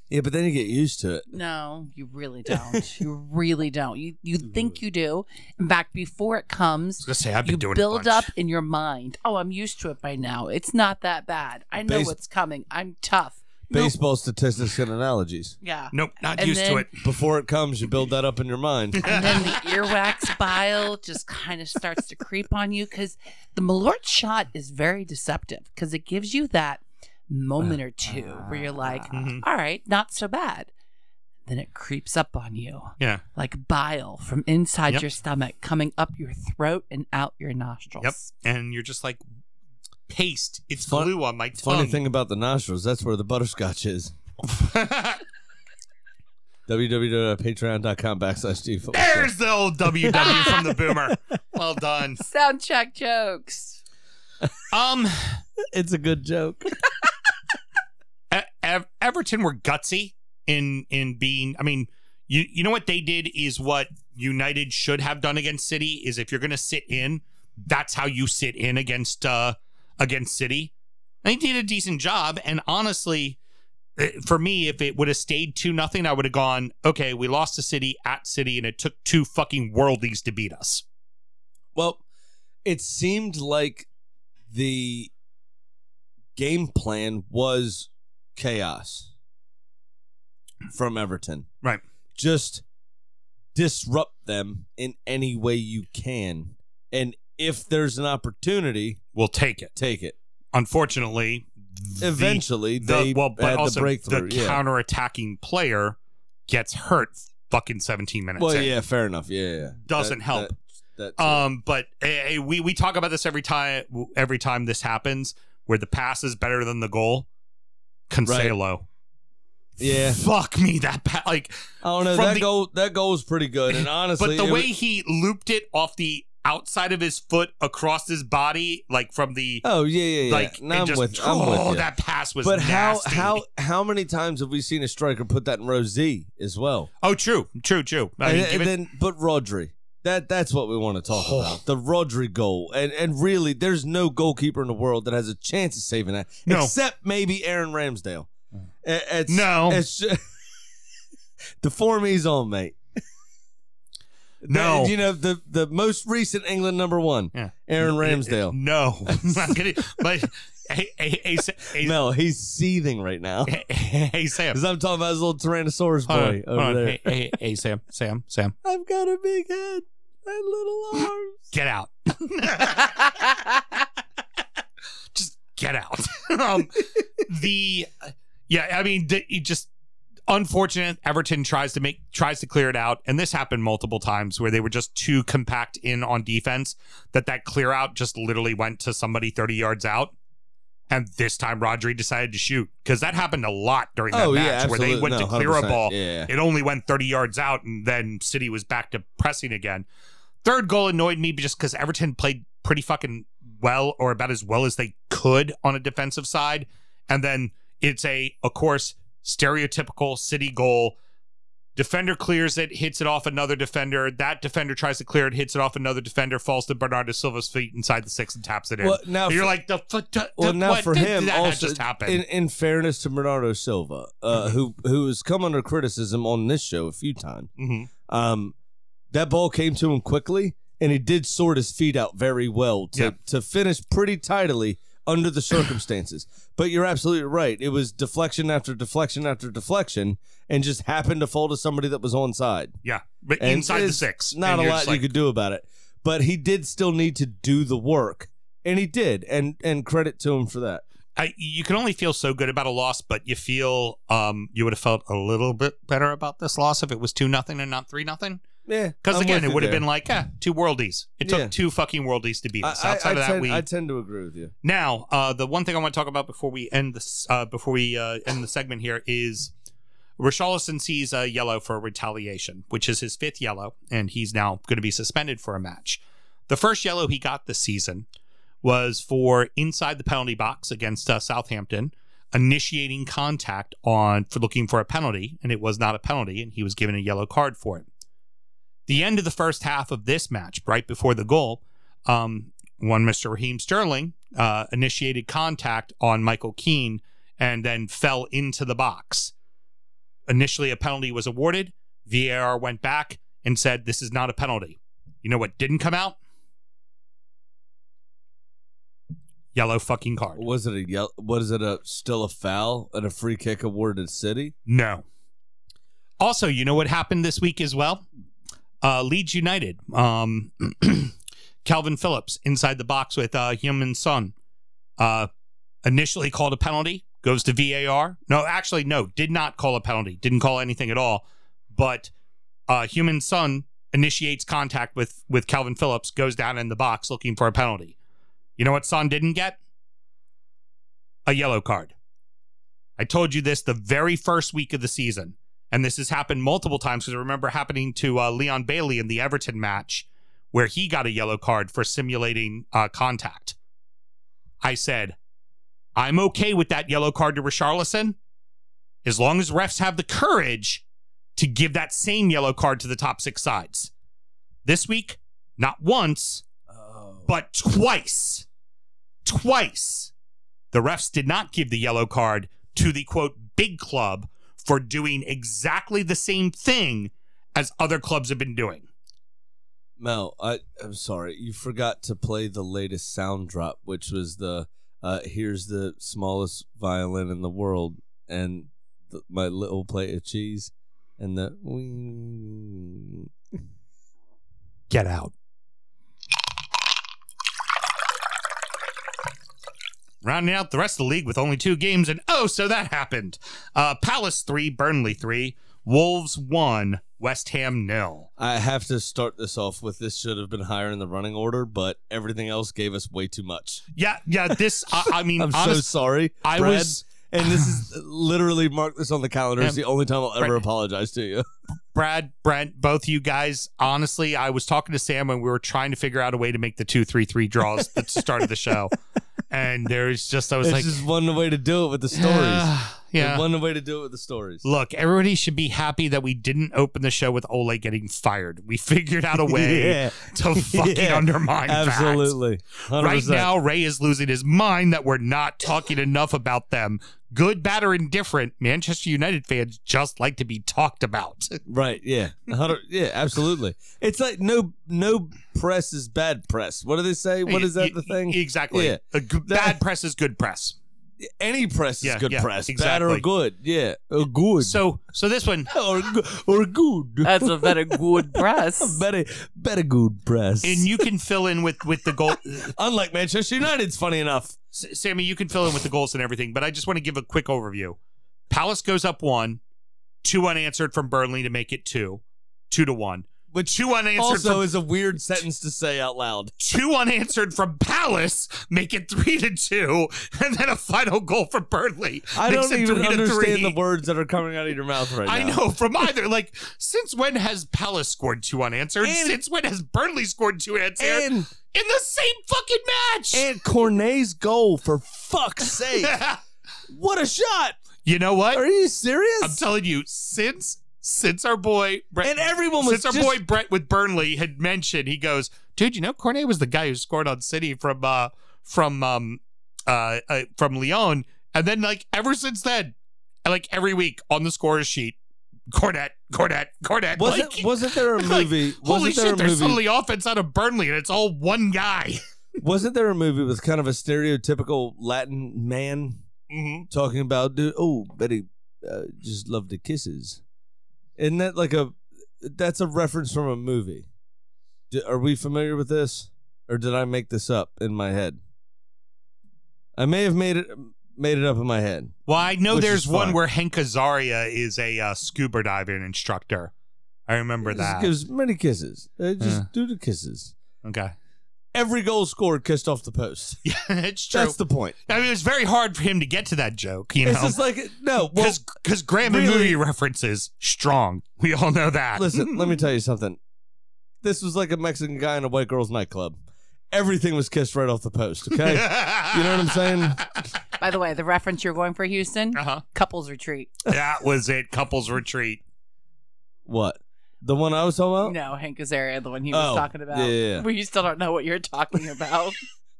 C: Yeah, but then you get used to it.
A: No, you really don't. you really don't. You you think you do. In fact, before it comes,
D: gonna say Mm. I've
A: you
D: been doing
A: build
D: it a
A: up
D: bunch.
A: in your mind. Oh, I'm used to it by now. It's not that bad. I know
C: Base-
A: what's coming. I'm tough.
C: Baseball statistics and analogies.
A: Yeah.
D: Nope, not
A: And
D: used
A: then-
D: to it.
C: Before it comes, you build that up in your mind.
A: And then the earwax bile just kind of starts to creep on you because the Malort shot is very deceptive because it gives you that moment or two where you're like,
D: Mhm.
A: all right, not so bad. Then it creeps up on you.
D: Yeah.
A: like bile from inside
D: Yep.
A: your stomach coming up your throat and out your nostrils.
D: Yep. And you're just like paste. It's
C: Fun-
D: glue on my tongue.
C: Funny thing about the nostrils, that's where the butterscotch is. www.patreon.com backslash G football show.
D: There's the old WW from the boomer. Well done.
A: Sound check jokes.
D: Um,
C: It's a good joke.
D: E- Ev- Everton were gutsy in in being. I mean, you you know what they did is what United should have done against City is if you're going to sit in, that's how you sit in against uh against City. They did a decent job, and honestly, eh, for me, if it would have stayed two nothing, I would have gone okay. We lost to City at City, and it took two fucking worldies to beat us.
C: Well, it seemed like the game plan was chaos from Everton.
D: Right.
C: Just disrupt them in any way you can. And if there's an opportunity,
D: We'll take it.
C: take it.
D: Unfortunately, the-
C: Eventually,
D: the,
C: they
D: well, but
C: had
D: also
C: the breakthrough. yeah.
D: counterattacking player gets hurt fucking 17 minutes
C: well,
D: in.
C: yeah, fair enough. Yeah, yeah, yeah.
D: Doesn't help.
C: That, that-
D: Um, but eh, eh, we we talk about this every time every time this happens where the pass is better than the goal. Cancelo.
C: yeah.
D: Fuck me that bad. Like
C: I don't know.
D: from
C: That
D: the-
C: goal, that goal was pretty good. And honestly,
D: but the
C: it
D: way
C: was-
D: he looped it off the outside of his foot across his body like from the
C: oh yeah, yeah, yeah.
D: like
C: No,
D: and
C: I'm
D: just
C: with, I'm with
D: oh
C: you.
D: that pass was
C: but
D: nasty.
C: how how how many times have we seen a striker put that in row Z as well?
D: Oh true, true, true. I
C: and
D: mean,
C: and
D: give it-
C: then but Rodri. That that's what we want to talk
D: Oh.
C: about. The Rodri goal. And and really there's no goalkeeper in the world that has a chance of saving that.
D: No. Mm.
C: Except maybe Aaron Ramsdale. It- it's-
D: No.
C: It's just, the form he's on, mate.
D: no.
C: you know, the the most recent England number one,
D: Yeah.
C: Aaron Ramsdale.
D: No, I'm not gonna. But hey, hey, hey, Sa- hey,
C: no, he's seething right now.
D: hey, hey, Sam.
C: Because I'm talking about his little Tyrannosaurus
D: Hold on,
C: boy
D: hold
C: over
D: on.
C: there.
D: Hey, hey, hey, Sam, Sam, Sam.
C: I've got a big head and little arms.
D: Get out. just get out. um, the yeah, I mean, the, it just unfortunate. Everton tries to make tries to clear it out, and this happened multiple times where they were just too compact in on defense that that clear out just literally went to somebody thirty yards out. And this time, Rodri decided to shoot because that happened a lot during that
C: Oh yeah,
D: match where
C: absolutely.
D: they went
C: no,
D: to clear a
C: 100%.
D: ball
C: Yeah,
D: it only went 30 yards out and then city was back to pressing again third goal annoyed me just because everton played pretty fucking well or about as well as they could on a defensive side and then it's a of course stereotypical city goal defender clears it hits it off another defender that defender tries to clear it hits it off another defender falls to bernardo silva's feet inside the six and taps it in
C: Well, now
D: And you're
C: for-
D: like the, foot the
C: well, now
D: what
C: for
D: did
C: him,
D: that
C: also,
D: just happened
C: in, in fairness to Bernardo Silva, uh,
D: Mm-hmm.
C: who who has come under criticism on this show a few times,
D: Mhm.
C: um, that ball came to him quickly, and he did sort his feet out very well to
D: Yeah.
C: to finish pretty tidily under the circumstances. but you're absolutely right; it was deflection after deflection after deflection, and just happened to fall to somebody that was onside.
D: yeah but
C: And
D: inside the
C: it's
D: six
C: Not
D: And
C: a
D: you're
C: lot
D: just
C: you
D: like,
C: could do about it. But he did still need to do the work, and he did, and and credit to him for that.
D: I, you can only feel so good about a loss, but you feel um, you would have felt a little bit better about this loss if it was two nothing and not three nothing.
C: Yeah,
D: Because
C: I'm
D: again,
C: with
D: it
C: you
D: would have
C: there.
D: been like, ah, two worldies. It
C: Yeah.
D: took two fucking worldies to beat
C: I,
D: us.
C: I,
D: Outside
C: I
D: of that,
C: tend,
D: we
C: I tend to agree with you.
D: Now, uh, the one thing I want to talk about before we end this, uh, before we uh, end the segment here is Richarlison sees a yellow for retaliation, which is his fifth yellow, and he's now going to be suspended for a match. The first yellow he got this season was for inside the penalty box against uh, Southampton, initiating contact on for looking for a penalty, and it was not a penalty, and he was given a yellow card for it. The end of the first half of this match, right before the goal, um, one Mr. Raheem Sterling uh, initiated contact on Michael Keane and then fell into the box. Initially, a penalty was awarded. VAR went back and said, This is not a penalty. You know what didn't come out? Yellow fucking card.
C: Was it a yell? Was it a still a foul and a free kick awarded City?
D: No. Also, you know what happened this week as well? Uh, Leeds United. Um, Calvin Phillips inside the box with uh, him and Son. Uh, initially called a penalty, goes to VAR. No, actually, no, did not call a penalty, didn't call anything at all. But uh, Human Son initiates contact with with Calvin Phillips, goes down in the box looking for a penalty. You know what Son didn't get? A yellow card. I told you this the very first week of the season. And this has happened multiple times because I remember happening to uh, Leon Bailey in the Everton match where he got a yellow card for simulating uh, contact. I said, I'm okay with that yellow card to Richarlison as long as refs have the courage to give that same yellow card to the top six sides. This week, not once, but twice. Twice. The refs did not give the yellow card to the quote big club for doing exactly the same thing as other clubs have been doing.
C: Mel, I, I'm sorry, you forgot to play the latest sound drop, which was the uh, "Here's the smallest violin in the world" and the, my little plate of cheese and the.
D: Get out. Rounding out the rest of the league with only two games, and oh, so that happened. Uh, Palace 3, Burnley 3, Wolves 1, West Ham nil.
C: I have to start this off with this should have been higher in the running order, but everything else gave us way too much.
D: Yeah, yeah, this, I, I mean,
C: I'm so
D: honest-
C: sorry.
D: I
C: Brad.
D: was.
C: and this is literally mark this on the calendar. It's the only time I'll ever
D: Brad-
C: apologize to you.
D: Brad, Brent, both you guys, honestly, I was talking to Sam when we were trying to figure out a way to make the two three three draws at the start of the show. And there's just I was
C: It's
D: like
C: just one way to do it with the stories.
D: yeah.
C: one way to do it with the stories.
D: Look, everybody should be happy that we didn't open the show with Ole getting fired. We figured out a way
C: Yeah.
D: to fucking
C: Yeah.
D: undermine facts.
C: Absolutely. 100%.
D: Right now, Ray is losing his mind that we're not talking enough about them. Good, bad, or indifferent, Manchester United fans just like to be talked about.
C: Right, yeah. 100 yeah, absolutely. It's like no no press is bad press. What do they say? What is that the thing?
D: Exactly.
C: Yeah.
D: A g- bad press is good press.
C: Any press
D: Yeah,
C: is good
D: yeah,
C: press. Bad or
D: exactly.
C: good. Yeah. Or good.
D: So, Uh, so this one,
C: or, go- or good.
A: That's a very good press.
C: Better, better good press.
D: and you can fill in with with the goal.
C: Unlike Manchester United's funny enough.
D: S- Sammy, you can fill in with the goals and everything, but I just want to give a quick overview. Palace goes up one, two unanswered from Burnley to make it two, two to one.
C: Which
D: Two unanswered
C: also
D: from
C: is a weird sentence to say out loud.
D: two unanswered from Palace make it three to two, and then a final goal for Burnley.
C: I
D: makes
C: don't
D: it
C: even
D: three to
C: understand
D: three.
C: the words that are coming out of your mouth right now.
D: I know from either. Like, since when has Palace scored two unanswered?
C: And-
D: since when has Burnley scored two unanswered?
C: And
D: in the same fucking match.
C: and Cornet's goal for fuck's sake. What a shot!
D: you know what?
C: Are you
D: I'm
C: serious?
D: telling you, since since our boy Brett,
C: And everyone was
D: since our
C: just-
D: boy Brett with Burnley had mentioned, he goes, dude, you know, Cornet was the guy who scored on City from uh from um uh, uh from Lyon, and then like ever since then, like every week on the score sheet, Cornet, Cornet, Cornet.
C: was
D: like,
C: it, wasn't there a
D: like,
C: movie?
D: Holy
C: wasn't there
D: shit!
C: a
D: There's
C: movie?
D: suddenly offense out of Burnley, and it's all one guy.
C: Wasn't there a movie with kind of a stereotypical Latin man
D: Mhm.
C: talking about, dude, oh, Betty uh, just loved the kisses. Isn't that like a, that's a reference from a movie. D- are we familiar with this? Or did I make this up in my head? I may have made it made it up in my head.
D: Well, I know
C: Which
D: there's
C: is
D: one
C: fine.
D: where Hank Azaria is a uh, scuba diving instructor. I remember
C: Just
D: that.
C: gives many kisses. Uh, just
D: Yeah.
C: do the kisses.
D: okay.
C: Every goal scored kissed off the post.
D: Yeah, it's true.
C: That's the point.
D: I mean, it was very hard for him to get to that joke, you
C: It's
D: know,
C: just like no. Well,
D: because because Graham and
C: really-
D: movie references strong. We all know that.
C: listen. let me tell you something. This was like a Mexican guy in a white girl's nightclub. Everything was kissed right off the post. Okay, you know what I'm saying?
A: By the way, the reference you're going for Houston,
D: Uh huh.
A: couples retreat.
D: That was it. Couples retreat.
C: What? The one I was talking about?
A: No, Hank Azaria, the one he was
C: Oh,
A: talking about.
C: yeah, yeah, yeah.
A: Where you still don't know what you're talking about.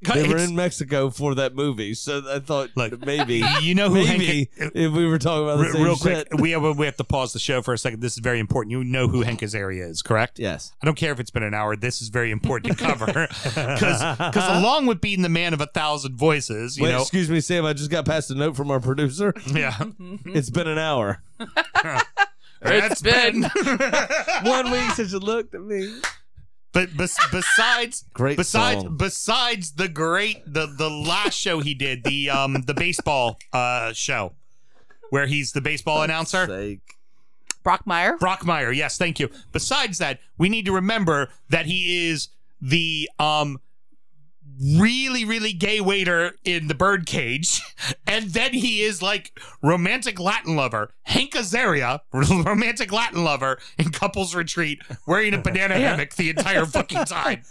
C: They were
D: It's-
C: in Mexico for that movie, so I thought
D: Look,
C: maybe,
D: you know who
C: maybe
D: Hank.
C: if we were talking about the
D: Re-
C: same
D: real
C: shit.
D: quick, we have we have to pause the show for a second. This is very important. You know who Hank Azaria is, correct?
C: Yes.
D: I don't care if it's been an hour. This is very important to cover because along with being the man of a thousand voices, you
C: Wait,
D: know,
C: excuse me, Sam. I just got passed a note from our producer.
D: yeah,
C: It's been an hour.
D: that's
A: been-
C: One week since you looked at me.
D: But bes- besides,
C: Great
D: besides,
C: song.
D: besides the great the the last show he did the um the baseball uh show where he's the baseball announcer.
C: Sake.
A: Brockmeyer?
D: Brockmeyer, yes, thank you. Besides that, we need to remember that he is the um really really gay waiter in the birdcage and then he is like romantic latin lover hank azaria romantic latin lover in couples retreat wearing a banana hammock the entire fucking time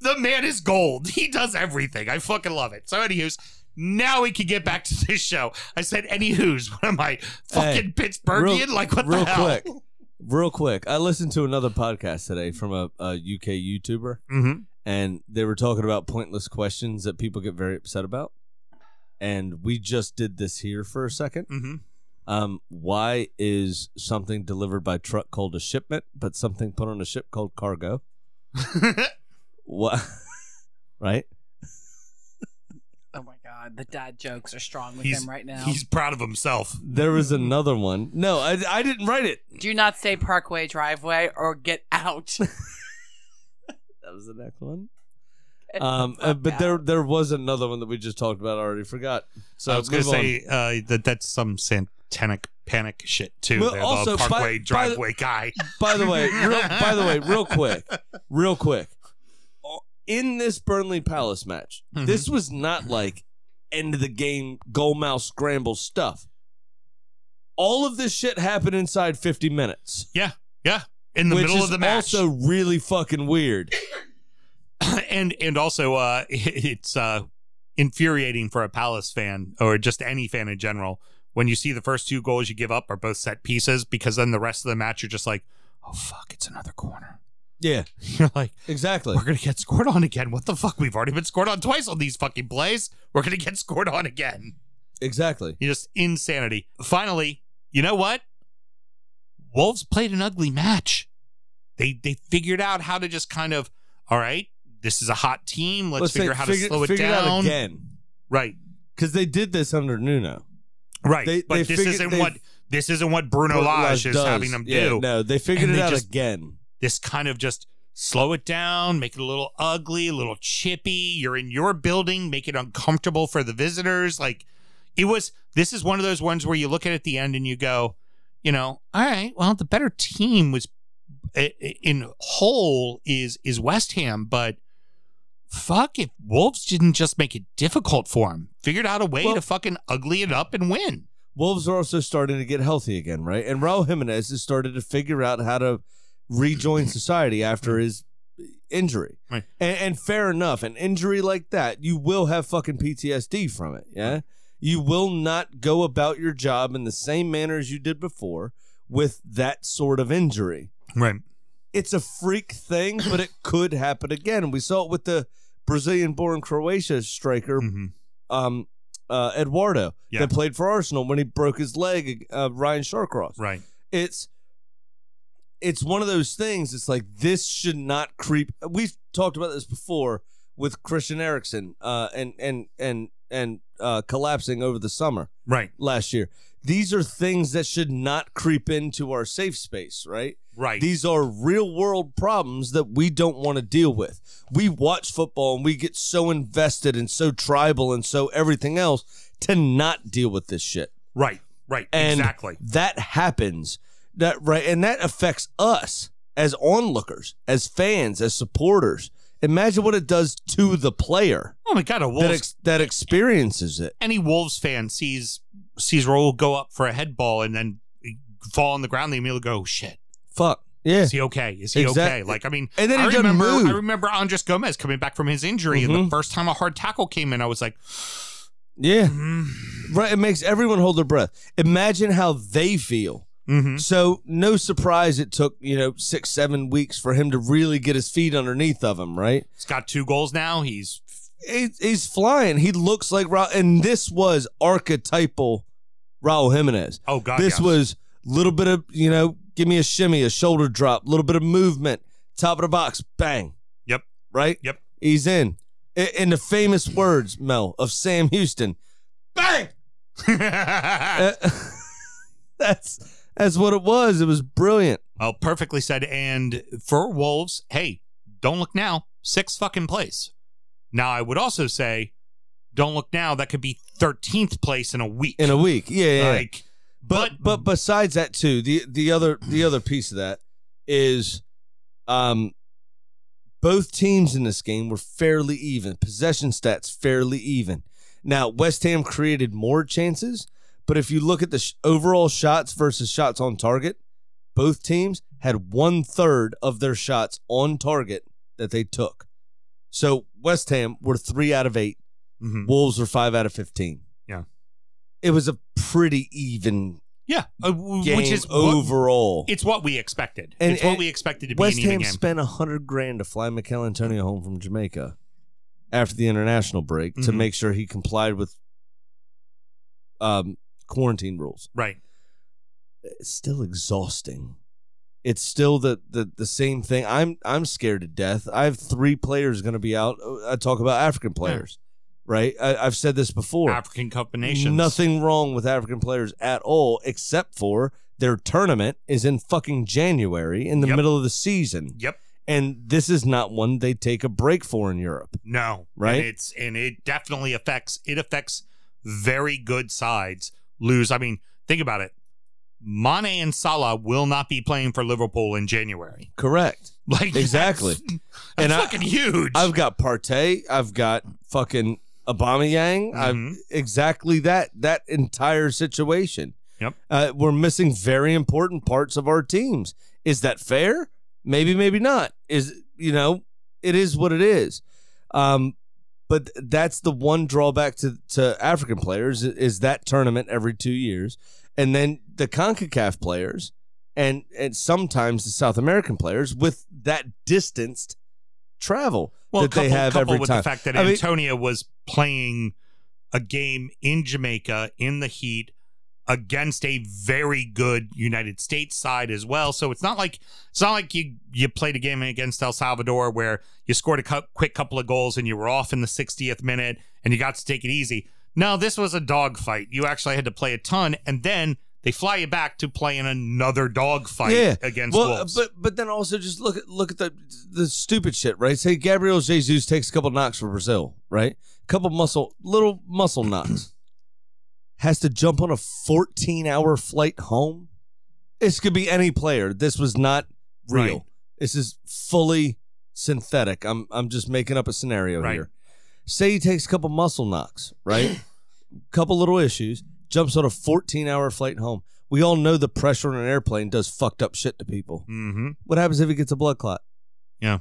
D: the man is gold he does everything i fucking love it so anywho's now we can get back to this show i said anywho's what am i fucking pittsburghian
C: real-
D: like what
C: real
D: the hell
C: quick. Real quick. I listened to another podcast today from a, a UK YouTuber,
D: mm-hmm.
C: and they were talking about pointless questions that people get very upset about. And we just did this here for a second.
D: Mm-hmm.
C: Um, why is something delivered by truck called a shipment, but something put on a ship called cargo?
D: Mm-hmm.
C: What? right?
A: Oh my god, the dad jokes are strong with
D: He's-
A: him right now.
D: He's proud of himself.
C: There was another one. No, I, I didn't write it.
A: Do not say Parkway Driveway or get out.
C: That was the next one.
A: Get
C: Um,
A: the
C: uh,
A: fuck
C: but there
A: out.
C: there was another one that we just talked about. I already forgot. So
D: I was going to
C: move on.
D: say uh, that that's some satanic panic shit too.
C: Well,
D: there,
C: also,
D: the
C: by-
D: Parkway
C: by the-
D: driveway guy.
C: By the way, real, by the way, real quick, real quick. In this Burnley Palace match,
D: Mhm.
C: this was not like end of the game goal mouth scramble stuff. All of this shit happened inside 50 minutes,
D: In the
C: which
D: middle
C: is
D: of the match,
C: also really fucking weird.
D: and and also uh, it's uh, infuriating for a Palace fan or just any fan in general when you see the first two goals you give up are both set pieces because then the rest of the match you're just like, oh fuck, it's another corner.
C: Yeah,
D: You're like,
C: exactly.
D: we're gonna get scored on again. What the fuck? We've already been scored on twice on these fucking plays. We're gonna get scored on again.
C: Exactly.
D: You Just insanity. Finally, you know what? Wolves played an ugly match. They they figured out how to just kind of, all right, this is a hot team. Let's,
C: Let's
D: figure
C: say
D: out how to slow it
C: figure out
D: down.
C: again.
D: Right.
C: Because they did this under Nuno.
D: Right.
C: They-
D: but
C: they
D: this
C: figured-
D: isn't
C: they-
D: what this isn't what Bruno
C: What
D: Lage is
C: does.
D: having them
C: Yeah,
D: do.
C: No, they figured
D: And
C: it
D: they
C: out
D: just-
C: again.
D: This kind of just slow it down, make it a little ugly, a little chippy. You're in your building, make it uncomfortable for the visitors. Like it was this is one of those ones where you look at it at the end and you go, you know, all right, well, the better team was i- i- in whole is is West Ham, but fuck if Wolves didn't just make it difficult for him. Figured out a way
C: Well-
D: to fucking ugly it up and win.
C: Wolves are also starting to get healthy again, right? And Raul Jimenez has started to figure out how to rejoin society after his injury.
D: Right.
C: And, and fair enough, an injury like that, you will have fucking PTSD from it. Yeah. You will not go about your job in the same manner as you did before with that sort of injury.
D: Right.
C: it's a freak thing, but it could happen again. We saw it with the Brazilian-born Croatia striker,
D: Mm-hmm.
C: um, uh, Eduardo,
D: Yeah.
C: that played for Arsenal when he broke his leg. Uh, Ryan Shawcross.
D: Right.
C: It's it's one of those things. It's like this should not creep. We've talked about this before with Christian Eriksen uh, and and and and uh, collapsing over the summer
D: Right.
C: last year. These are things that should not creep into our safe space, right?
D: Right.
C: These are real world problems that we don't want to deal with. We watch football and we get so invested and so tribal and so everything else to not deal with this shit.
D: right. Right.
C: And
D: exactly.
C: That happens. That right and that affects us. as onlookers, as fans, as supporters. Imagine what it does to the player
D: Oh my god, a
C: that
D: Wolves
C: ex- that experiences it.
D: any Wolves fan sees sees Raul go up for a head ball and then fall on the ground, they immediately go, oh, "Shit,
C: Fuck yeah.
D: is he okay? Is he okay?"
C: Exactly.
D: Like, I mean,
C: And then he
D: I
C: doesn't
D: remember,
C: move.
D: I remember Andres Gomez coming back from his injury, and the
C: Mhm.
D: first time a hard tackle came in, I was like,
C: Yeah,
D: "Mm,
C: right. It makes everyone hold their breath. Imagine how they feel.
D: mhm."
C: So no surprise it took you know six seven weeks for him to really get his feet underneath of him. Right?
D: "He's got two goals now. He's
C: He, he's flying. He looks like Raul, and this was archetypal Raul Jimenez.
D: oh god,
C: this
D: yes.
C: was a little bit of you know give me a shimmy a shoulder drop a little bit of movement top of the box bang
D: Yep.
C: right
D: Yep.
C: he's in I- in the famous words mel of sam houston bang Uh,
D: Ah.
C: that's that's what it was it was brilliant
D: well, perfectly said. And for Wolves, hey, don't look now. Sixth fucking place. Now, I would also say, don't look now. That could be thirteenth place in a week.
C: in a week yeah, yeah, yeah.
D: Like,
C: but but besides that too the the other the other piece of that is um both teams in this game were fairly even possession stats fairly even now west ham created more chances but if you look at the sh- overall shots versus shots on target both teams had one third of their shots on target that they took so west ham were three out of eight
D: Mhm.
C: wolves were five out of 15
D: Yeah.
C: it was a pretty even
D: yeah, uh, w-
C: game
D: which is over.
C: overall.
D: it's what we expected.
C: And-
D: it's what
C: and
D: we expected to be
C: West
D: an even
C: Ham
D: game.
C: spent a hundred grand to fly Mikel Antonio home from Jamaica after the international break to
D: Mhm.
C: make sure he complied with um, quarantine rules.
D: right.
C: It's still exhausting. It's still the, the the same thing. I'm I'm scared to death. I have three players going to be out. I talk about African players, right? I, I've said this before.
D: African Cup of Nations.
C: Nothing wrong with African players at all, except for their tournament is in fucking January in the
D: Yep.
C: middle of the season.
D: Yep.
C: And this is not one they take a break for in Europe.
D: No.
C: Right?
D: And it's and it definitely affects it affects very good sides lose. I mean, think about it. Mane and Salah will not be playing for Liverpool in January.
C: Correct.
D: Like
C: Exactly.
D: That's, that's
C: And I-
D: fucking huge.
C: I've got Partey. I've got fucking Aubameyang.
D: Mhm.
C: I've exactly that that entire situation.
D: Yep.
C: Uh, we're missing very important parts of our teams. Is that fair? Maybe, maybe not. Is you know, it is what it is. Um, but that's the one drawback to to African players i- is that tournament every two years, and then the Concacaf players. And, and sometimes the South American players with that distanced travel
D: well,
C: that they
D: coupled-
C: have
D: coupled
C: every
D: with
C: time.
D: the fact that
C: I mean-
D: Antonio was playing a game in Jamaica in the heat against a very good United States side as well. So it's not like it's not like you you played a game against El Salvador where you scored a cou- quick couple of goals and you were off in the 60th minute and you got to take it easy. No, this was a dogfight. You actually had to play a ton, and then they fly you back to play in another dogfight
C: Yeah.
D: against
C: Well,
D: Wolves.
C: but but then also just look at look at the the stupid shit, right? Say Gabriel Jesus takes a couple knocks for Brazil, right? Couple muscle little muscle knocks. Has to jump on a 14 hour flight home. This could be any player. This was not real.
D: Right.
C: This is fully synthetic. I'm I'm just making up a scenario
D: Right.
C: here. Say he takes a couple muscle knocks, right? couple little issues, jumps on a 14 hour flight home. We all know the pressure on an airplane does fucked up shit to people.
D: mm-hmm.
C: What happens if he gets a blood clot?
D: Yeah.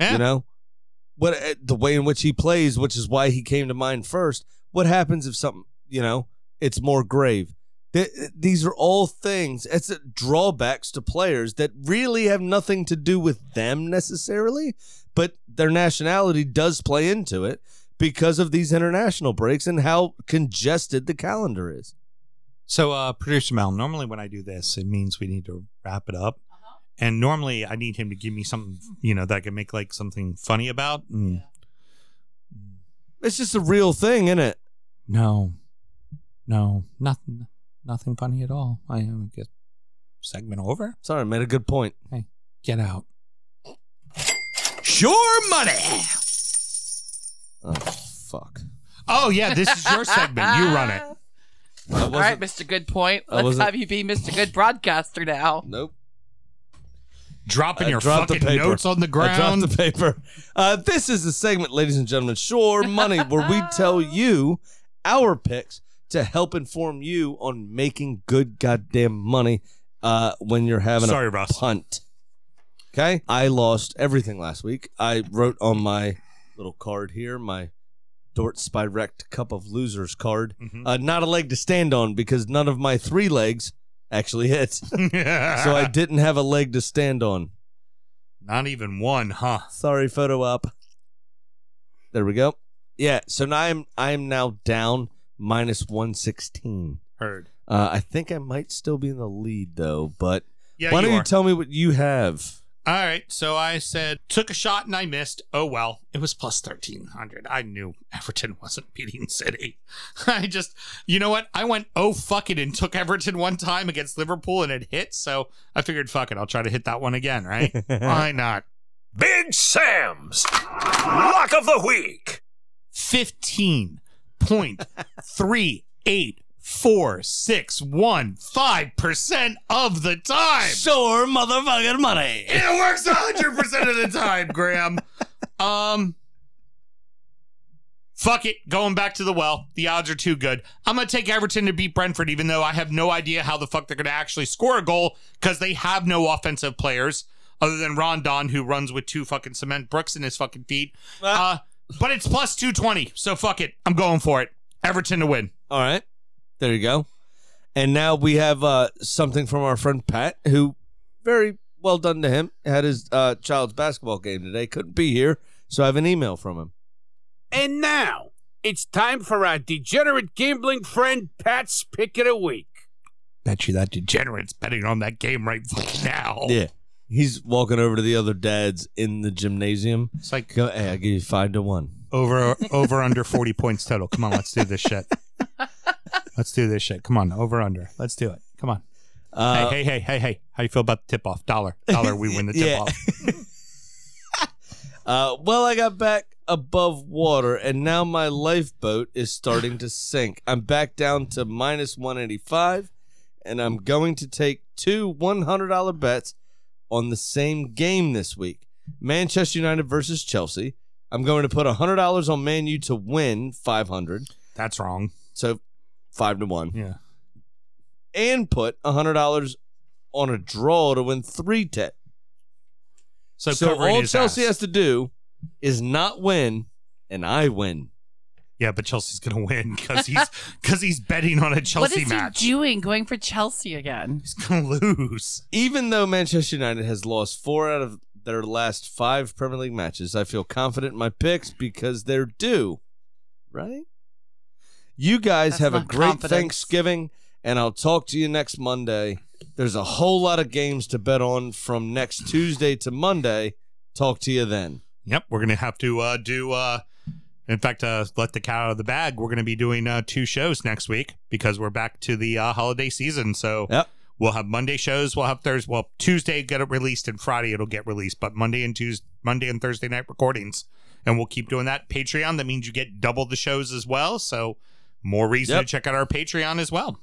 C: You know, what eh, the way in which he plays, which is why he came to mind first. What happens if something, you know, it's more grave? Th- eh, these are all things. It's uh, drawbacks to players that really have nothing to do with them necessarily, but their nationality does play into it because of these international breaks and how congested the calendar is.
D: So, uh, producer Mel, normally when I do this, it means we need to wrap it up. And normally I need him to give me something, you know, that I can make like something funny about. Mm.
C: It's just a real thing, isn't it?
D: No, no, nothing, nothing funny at all. I am get segment over.
C: Sorry, made a good point.
D: Get out.
E: Sure money.
C: Oh, fuck.
D: Oh yeah, this is your segment. You run it.
C: I
A: All right,
C: wasn't-
A: Mr. Good Point.
C: I
A: Let's
C: wasn't-
A: have you be Mr. Good Broadcaster now.
C: Nope.
D: dropping
C: I
D: your
C: dropped the
D: fucking
C: paper.
D: notes on the
C: I
D: ground.
C: dropped the paper. Uh, this is the segment, ladies and gentlemen, Sure Money, where we tell you our picks to help inform you on making good goddamn money uh, when you're having
D: Sorry,
C: a
D: Ross.
C: punt. Okay, I lost everything last week. I wrote on my little card here my Dort Spirect Cup of Losers card.
D: Mhm.
C: Uh, not a leg to stand on because none of my three legs actually hit. so I didn't have a leg to stand on.
D: Not even one, huh?
C: Sorry, photo up. There we go. Yeah, so now I'm I am now down minus one sixteen.
D: Heard.
C: Uh, I think I might still be in the lead though, but
D: Yeah,
C: why
D: you
C: don't you
D: are.
C: tell me what you have?
D: All right, so I said took a shot and I missed. Oh well, it was plus thirteen hundred. I knew Everton wasn't beating City. I just, you know what? I went oh fuck it and took Everton one time against Liverpool and it hit. So I figured fuck it, I'll try to hit that one again. Right? Why not?
G: Big Sam's Lock of the Week.
D: Fifteen point three eight four six one five percent of the time.
C: Sure, motherfucking money.
D: It works 100% of the time, Graham. Um Fuck it, going back to the well. The odds are too good. I'm going to take Everton to beat Brentford even though I have no idea how the fuck they're going to actually score a goal cuz they have no offensive players other than Rondon who runs with two fucking cement bricks in his fucking feet. Uh but it's plus 220. So fuck it. I'm going for it. Everton to win.
C: All right, there you go. And now we have uh, something from our friend Pat, who very well done to him. Had his uh, child's basketball game today, couldn't be here, so I have an email from him.
H: And now it's time for our degenerate gambling friend Pat's pick of the week.
D: Bet you that degenerate's betting on that game right fucking now.
C: Yeah. He's walking over to the other dads in the gymnasium.
D: It's like
C: Go, hey, I give you five to one.
D: over over under 40 points total come on let's do this shit let's do this shit come on over under let's do it come on
C: Uh,
D: hey hey hey hey hey how you feel about the tip off dollar dollar we win the tip
C: Yeah.
D: off
C: uh, well, I got back above water, and now my lifeboat is starting to sink. I'm back down to minus 185, and I'm going to take two $100 bets on the same game this week Manchester United versus Chelsea. I'm going to put $100 on Man U to win 500,
D: that's wrong
C: so 5 to 1.
D: yeah
C: and put $100 on a draw to win 310.
D: so,
C: so
D: covering
C: all
D: his
C: Chelsea
D: ass.
C: has to do is not win, and I win.
D: yeah but chelsea's gonna win because he's because he's betting on a
A: what
D: chelsea
A: is
D: match
A: he doing going for Chelsea again?
D: he's gonna lose
C: Even though Manchester United has lost four out of their last five Premier League matches, I feel confident in my picks because they're due. Right? You guys
A: That's
C: have a
A: not
C: great
A: confidence.
C: Thanksgiving, and I'll talk to you next Monday. There's a whole lot of games to bet on from next Tuesday to Monday. Talk to you then.
D: yep we're gonna have to uh do uh in fact, uh, let the cat out of the bag. We're going to be doing uh, two shows next week because we're back to the uh, holiday season. So
C: Yep.
D: We'll have Monday shows. We'll have Thursday. Well, Tuesday get it released, and Friday it'll get released. But Monday and Tuesday, Monday and Thursday night recordings, and we'll keep doing that. Patreon. That means you get double the shows as well. So more reason
C: Yep.
D: to check out our Patreon as well.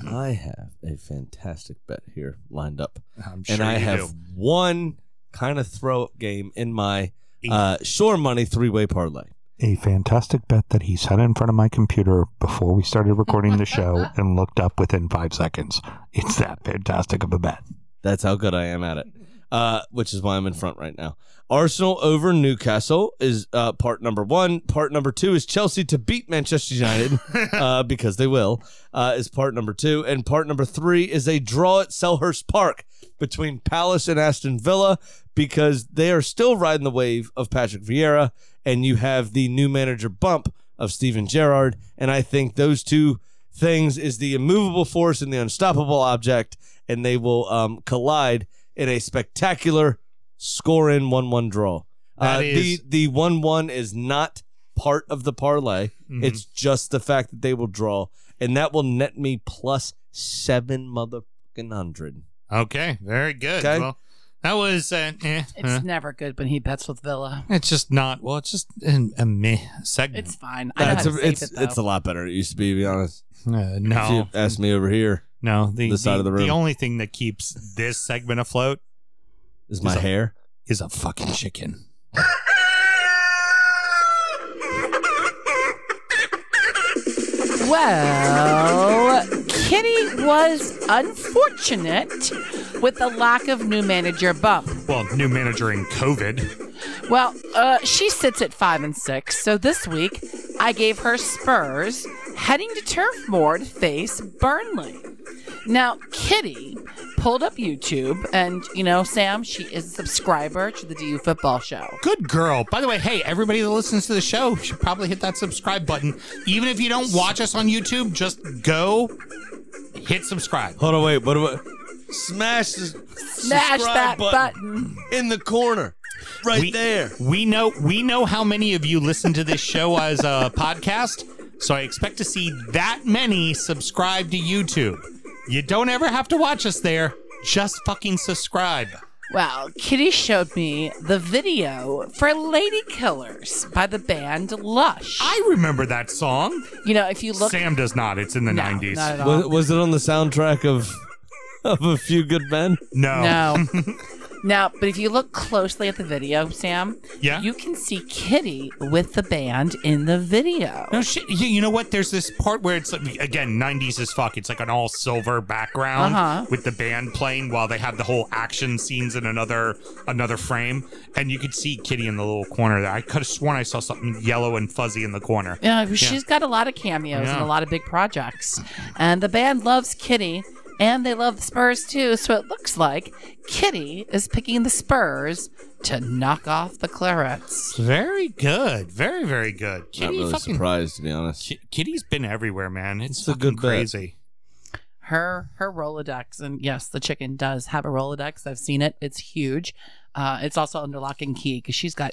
C: Now, I have a fantastic bet here lined up.
D: I'm sure
C: and I
D: you
C: have
D: do.
C: one kind of throw up game in my uh, Shore Money three way parlay.
I: a fantastic bet that he sat in front of my computer before we started recording the show and looked up within five seconds. It's that fantastic of a bet.
C: That's how good I am at it, uh, which is why I'm in front right now. Arsenal over Newcastle is uh, part number one. Part number two is Chelsea to beat Manchester United uh, because they will, uh, is part number two. And part number three is a draw at Selhurst Park between Palace and Aston Villa because they are still riding the wave of Patrick Vieira. And you have the new manager bump of Steven Gerrard. And I think those two things is the immovable force and the unstoppable object, and they will um, collide in a spectacular score in one one draw.
D: That
C: Uh,
D: is-
C: the the one one is not part of the parlay.
D: Mhm.
C: It's just the fact that they will draw, and that will net me plus seven motherfucking hundred.
D: okay. Very good.
C: Okay.
D: Well, that was uh, eh,
A: It's
D: huh.
A: never good when he bets with Villa.
D: It's just not. Well, it's just an- a meh segment.
A: It's fine. I know
C: That's
A: how to
C: a,
A: save
C: it's
A: it, though.
C: it's a lot better. than It used to be, to be honest.
D: Uh,
C: If you
D: no,
C: asked me over here.
D: no. The,
C: This side of the room.
D: only thing that keeps this segment afloat
C: Is my
D: Is a-
C: hair?
D: is a fucking chicken.
A: Well, Kitty was unfortunate with the lack of new manager bump.
D: Well, new manager in COVID.
A: Well, uh, she sits at five and six, so this week I gave her Spurs heading to Turf Moor to face Burnley. Now, Kitty pulled up YouTube, and you know, Sam, she is a subscriber to the DU Football Show.
D: Good girl. By the way, hey, everybody that listens to the show should probably hit that subscribe button. Even if you don't watch us on YouTube, just go hit subscribe.
C: Hold on, wait. What do I? Smash the
A: Smash
C: subscribe
A: that
C: button,
A: button.
C: in the corner, right
D: we,
C: there.
D: We know we know how many of you listen to this show as a podcast, so I expect to see that many subscribe to YouTube. You don't ever have to watch us there. Just fucking subscribe.
A: Well, Kitty showed me the video for Lady Killers by the band Lush.
D: I remember that song.
A: you know, if you look
D: Sam does not. It's in the
A: No,
D: 90s.
A: Not at all.
C: Was, was it on the soundtrack of of a few good men?
D: no.
A: No. now, but if you look closely at the video, Sam,
D: Yeah?
A: you can see Kitty with the band in the video.
D: No shit. You, you know what? There's this part where it's like, again, 90s as fuck. It's like an all silver background
A: Uh-huh.
D: with the band playing while they have the whole action scenes in another another frame, and you could see Kitty in the little corner there. I could have sworn I saw something yellow and fuzzy in the corner.
A: Yeah, she's got a lot of cameos and
D: Yeah.
A: a lot of big projects. And the band loves Kitty and they love the Spurs too, so it looks like Kitty is picking the Spurs to knock off the Clarets.
D: Very good. Very very good.
C: Not
D: Kitty
C: really
D: fucking
C: surprised, to be honest.
D: Ki- Kitty's been everywhere, man. It's,
C: a good
D: fucking
C: bet.
D: crazy.
A: her her Rolodex, and yes, the chicken does have a Rolodex. I've seen it; it's huge. Uh, it's also under lock and key because she's got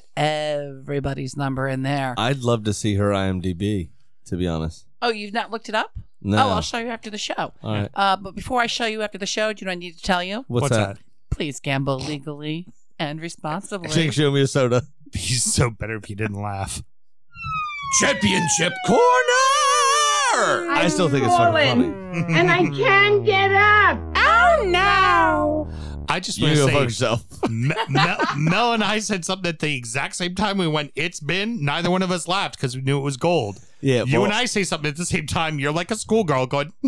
A: everybody's number in there.
C: I'd love to see her IMDb. To be honest,
A: oh, you've not looked it up?
C: no.
A: Oh, I'll show you after the show.
C: All right.
A: Uh, but before I show you after the show, do you know what I need to tell you?
C: What's,
D: What's
C: that?
A: Please gamble legally and responsibly.
C: Jake, show me a soda.
D: He's so better if you didn't laugh.
G: Championship corner!
C: I still think it's fucking funny.
J: and I can't get up. Oh no!
D: I just
C: You
D: want
C: go fuck
D: to say
C: yourself.
D: Me- Mel, Mel and I said something at the exact same time. We went, "It's been." Neither one of us laughed because we knew it was gold.
C: Yeah,
D: you
C: well-
D: and I say something at the same time. You're like a schoolgirl going.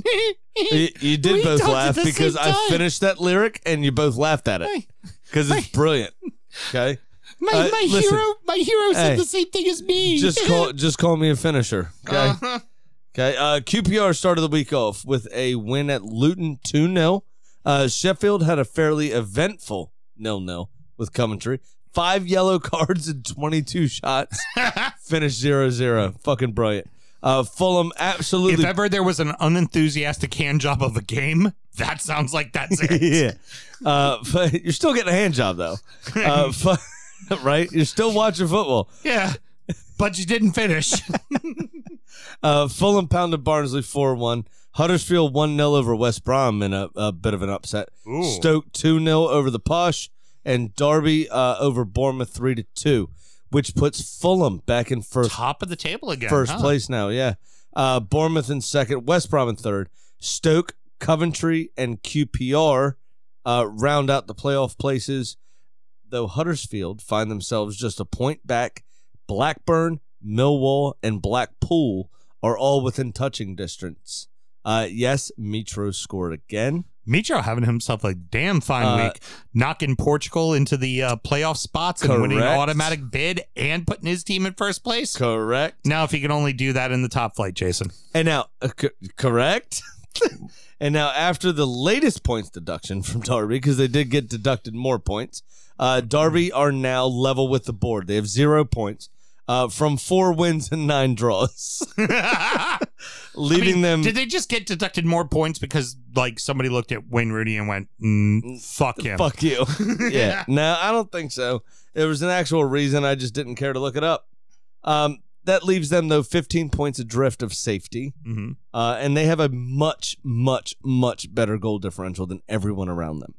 C: You, you did
D: We
C: both
D: talked at
C: laugh
D: the
C: because
D: same
C: I
D: time.
C: finished that lyric and you both laughed at it because it's brilliant. Okay,
D: my
C: Uh,
D: my
C: listen.
D: hero, my hero
C: Hey.
D: said the same thing as me.
C: just call just call me a finisher. Okay,
D: Uh-huh.
C: okay. Uh, QPR started the week off with a win at Luton two 0 uh, Sheffield had a fairly eventful nil nil with Coventry. Five yellow cards and twenty two shots. Finished 0-0. Fucking brilliant. Uh, Fulham
D: if
C: absolutely
D: ever there was an unenthusiastic hand job of a game, that sounds like that's it.
C: yeah. Uh, but you're still getting a hand job though, uh, fu- right? You're still watching football.
D: yeah. But you didn't finish.
C: Uh, Fulham pounded Barnsley four one. Huddersfield one 0 over West Brom in a, a bit of an upset.
D: Ooh.
C: Stoke two 0 over the Posh, and Derby uh, over Bournemouth three to two, which puts Fulham back in first
D: Top of the table again.
C: first
D: huh?
C: place now. Yeah, uh, Bournemouth in second, West Brom in third, Stoke, Coventry, and QPR uh, round out the playoff places. Though Huddersfield find themselves just a point back, Blackburn, Millwall, and Blackpool are all within touching distance. Uh, yes, Mitro scored again.
D: Mitro having himself a damn fine
C: Uh,
D: week, knocking Portugal into the uh, playoff spots and winning
C: Correct.
D: automatic bid and putting his team in first place.
C: Correct.
D: now, if he can only do that in the top flight, Jason.
C: And now, uh, co- correct? and now, after the latest points deduction from Darby, because they did get deducted more points, uh,
D: Mm-hmm.
C: Darby are now level with the board. They have zero points uh, from four wins and nine draws,
D: I
C: leaving
D: mean,
C: them.
D: Did they just get deducted more points because like somebody looked at Wayne Rooney and went, mm, "Fuck him."
C: Fuck you. yeah. No, I don't think so. There was an actual reason. I just didn't care to look it up. Um, that leaves them, though, 15 points adrift of safety.
D: Mhm.
C: Uh, and they have a much, much, much better goal differential than everyone around them.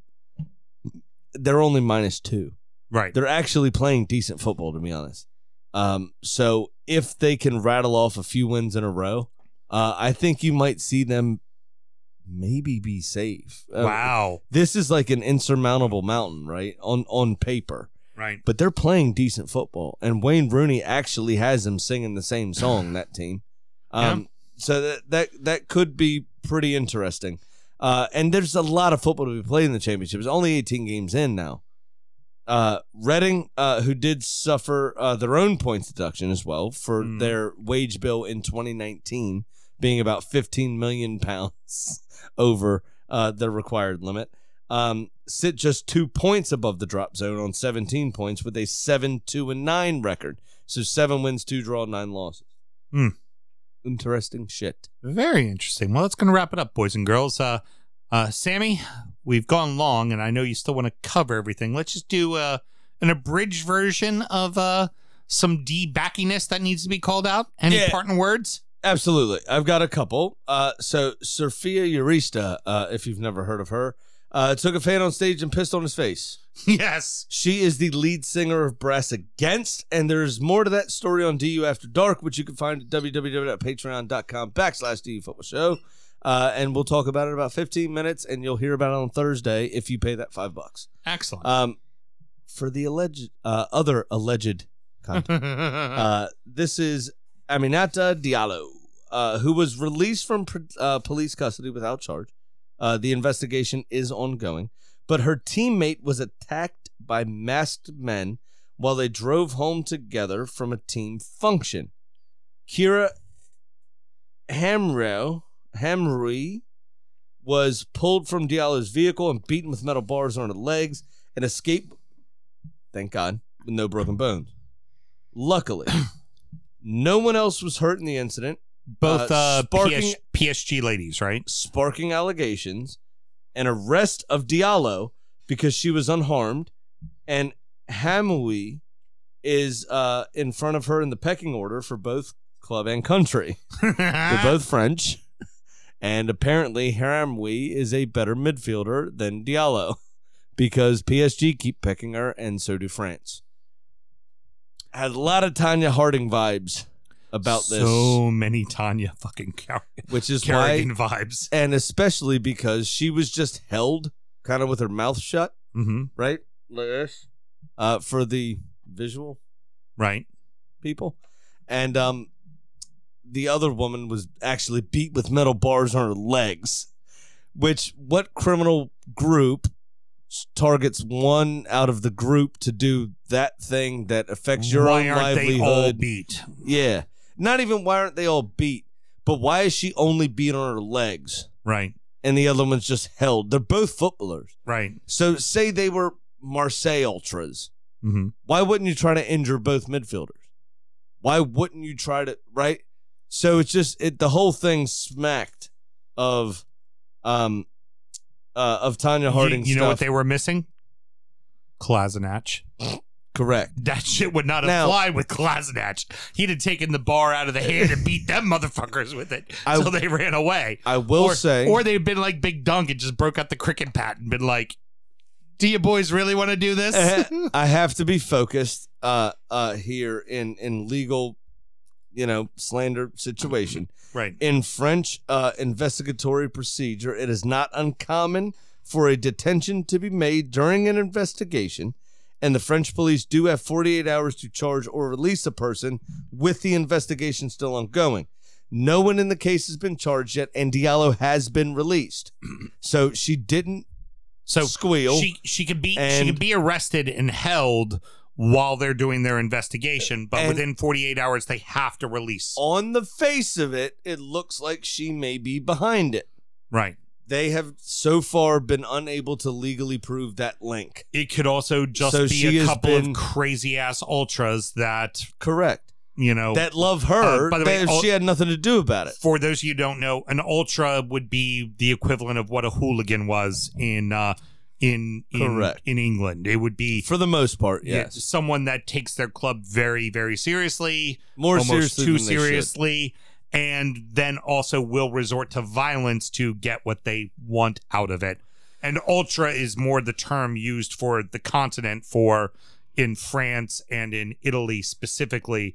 C: They're only minus two.
D: Right.
C: They're actually playing decent football, to be honest. Um, so if they can rattle off a few wins in a row, uh, I think you might see them maybe be safe. Uh,
D: Wow.
C: This is like an insurmountable mountain, right? On on paper.
D: Right.
C: But they're playing decent football, and Wayne Rooney actually has them singing the same song. That team, um, so that that that could be pretty interesting. Uh, and there's a lot of football to be played in the championship. It's only 18 games in now. Uh, Reading, uh, who did suffer uh, their own points deduction as well for
D: Mm.
C: their wage bill in 2019 being about 15 million pounds over uh, their required limit, um, sit just two points above the drop zone on 17 points with a 7 2 and 9 record. So seven wins, two draw, nine losses.
D: Hmm.
C: Interesting shit.
D: Very interesting. Well, that's going to wrap it up, boys and girls. Uh, uh, Sammy, we've gone long, and I know you still want to cover everything. Let's just do uh, an abridged version of uh, some debackiness that needs to be called out. Any
C: Yeah.
D: parting words?
C: Absolutely. I've got a couple. Uh, so, Sophia Eurista, uh, if you've never heard of her, uh, took a fan on stage and pissed on his face.
D: yes.
C: She is the lead singer of Brass Against, and there's more to that story on DU After Dark, which you can find at www.patreon.com backslash DU Football Show. Uh, and we'll talk about it in about 15 minutes, and you'll hear about it on Thursday if you pay that five bucks.
D: Excellent.
C: Um, for the alleged, uh, other alleged content. Uh, this is Aminata Diallo, uh, who was released from pr- uh, police custody without charge. Uh, the investigation is ongoing, but her teammate was attacked by masked men while they drove home together from a team function. Kira Hamro Hamri was pulled from Diallo's vehicle and beaten with metal bars on her legs and escaped. Thank God, with no broken bones. Luckily, no one else was hurt in the incident,
D: Both
C: uh,
D: uh,
C: sparking-
D: PS- PSG ladies, right?
C: sparking allegations and arrest of Diallo because she was unharmed. And Hamui is uh, in front of her in the pecking order for both club and country. They're both French. And apparently, Haramwi is a better midfielder than Diallo because PSG keep picking her, and so do France. Had a lot of Tanya Harding vibes about this,
D: So many Tanya fucking Car-
C: which is why,
D: Kerrigan vibes.
C: and especially because she was just held kind of with her mouth shut,
D: hmm
C: right? Like this. Uh, for the visual
D: Right.
C: people. And um, the other woman was actually beat with metal bars on her legs. Which, what criminal group s- targets one out of the group to do that thing that affects your
D: why
C: own
D: aren't
C: livelihood?
D: they all beat?
C: yeah. Not even why aren't they all beat, but why is she only beat on her legs
D: Right.
C: and the other one's just held? They're both footballers.
D: Right.
C: So, say they were Marseille Ultras
D: hmm
C: why wouldn't you try to injure both midfielders? Why wouldn't you try to right? So it's just it the whole thing smacked of um uh of Tanya Harding
D: you, you know what
C: stuff.
D: they were missing? Klazenach.
C: correct.
D: That shit would not have
C: Now-
D: flied with Klazenach. He'd have taken the bar out of the hand and beat them motherfuckers with it.
C: I-
D: so they ran away.
C: I will
D: or,
C: say
D: Or they'd been like Big Dunk and just broke out the cricket bat and been like, do you boys really want to do this?
C: I- I have to be focused uh uh here in in legal you know slander situation.
D: right.
C: In French uh, investigatory procedure, it is not uncommon for a detention to be made during an investigation, and the French police do have 48 hours to charge or release a person with the investigation still ongoing. No one in the case has been charged yet, and Diallo has been released. So she didn't
D: So
C: squeal.
D: she she could be she
C: and-
D: could be arrested and held while they're doing their investigation, but
C: And-
D: within 48 hours they have to release.
C: On the face of it, it looks like she may be behind it.
D: Right.
C: They have so far been unable to legally prove that link.
D: It could also just
C: So she
D: be a
C: has
D: couple
C: been-
D: of crazy ass ultras that,
C: Correct.
D: you know,
C: that love her
D: Uh, by the way,
C: that
D: all-
C: she had nothing to do about it.
D: for those of you who don't know, an ultra would be the equivalent of what a hooligan was in uh, in in,
C: Correct.
D: in England. It would be
C: For the most part,
D: yeah,
C: yes.
D: someone that takes their club very very seriously,
C: More
D: almost
C: seriously
D: too
C: than they should.
D: seriously, and then also will resort to violence to get what they want out of it. And ultra is more the term used for the continent for in France and in Italy specifically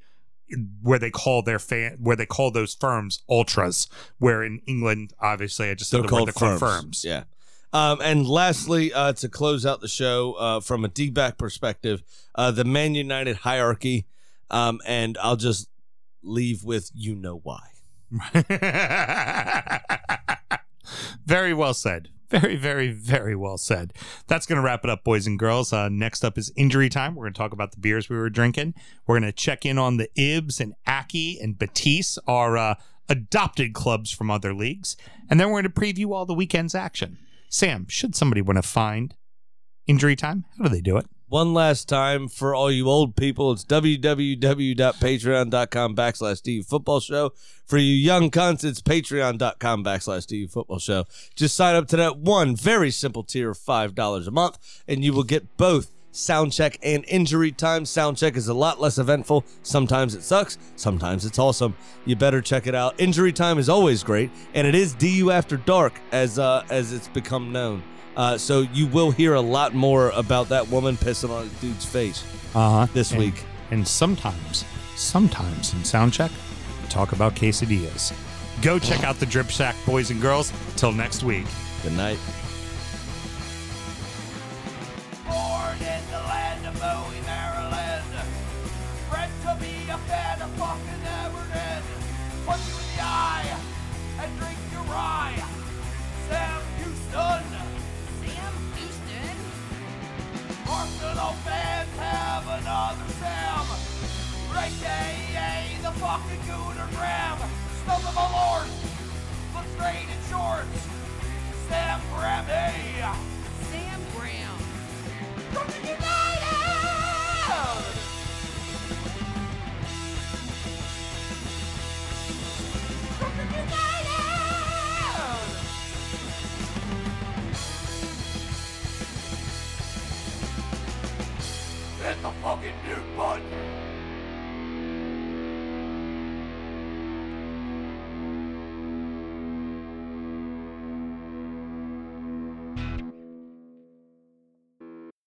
D: where they call their fan where they call those firms ultras. Where in England, obviously, I just said
C: They're
D: the word
C: called
D: they're called
C: firms.
D: firms.
C: Yeah. Um, and lastly, uh, to close out the show uh, from a D back perspective, uh, the Man United hierarchy. Um, and I'll just leave with you know why.
D: very well said. Very, very, very well said. That's going to wrap it up, boys and girls. Uh, next up is injury time. We're going to talk about the beers we were drinking. We're going to check in on the Ibs and Aki and Batiste, our uh, adopted clubs from other leagues. And then we're going to preview all the weekend's action. Sam, should somebody want to find injury time, how do they do it?
C: One last time for all you old people, it's www.patreon.com backslash DU football show. For you young cunts, it's patreon.com backslash DU football show. Just sign up to that one very simple tier of $5 a month, and you will get both soundcheck and injury time. Soundcheck is a lot less eventful. Sometimes it sucks, sometimes it's awesome. You better check it out. Injury time is always great, and it is DU after dark as uh, as it's become known. Uh, so you will hear a lot more about that woman pissing on a dude's face.
D: uh-huh.
C: this
D: And-
C: week.
D: And sometimes, sometimes in soundcheck, we talk about quesadillas. Go check out the Drip Shack, boys and girls. Till next week.
C: Good night.
E: born in the land of Bowie, Maryland. Bred to be a fan of fucking Everton. Punch you in the eye and drink your rye. Sam Houston.
F: Sam Houston.
E: Arsenal fans have another Sam. Right day, the fucking Gooner Graham. Son of a lord.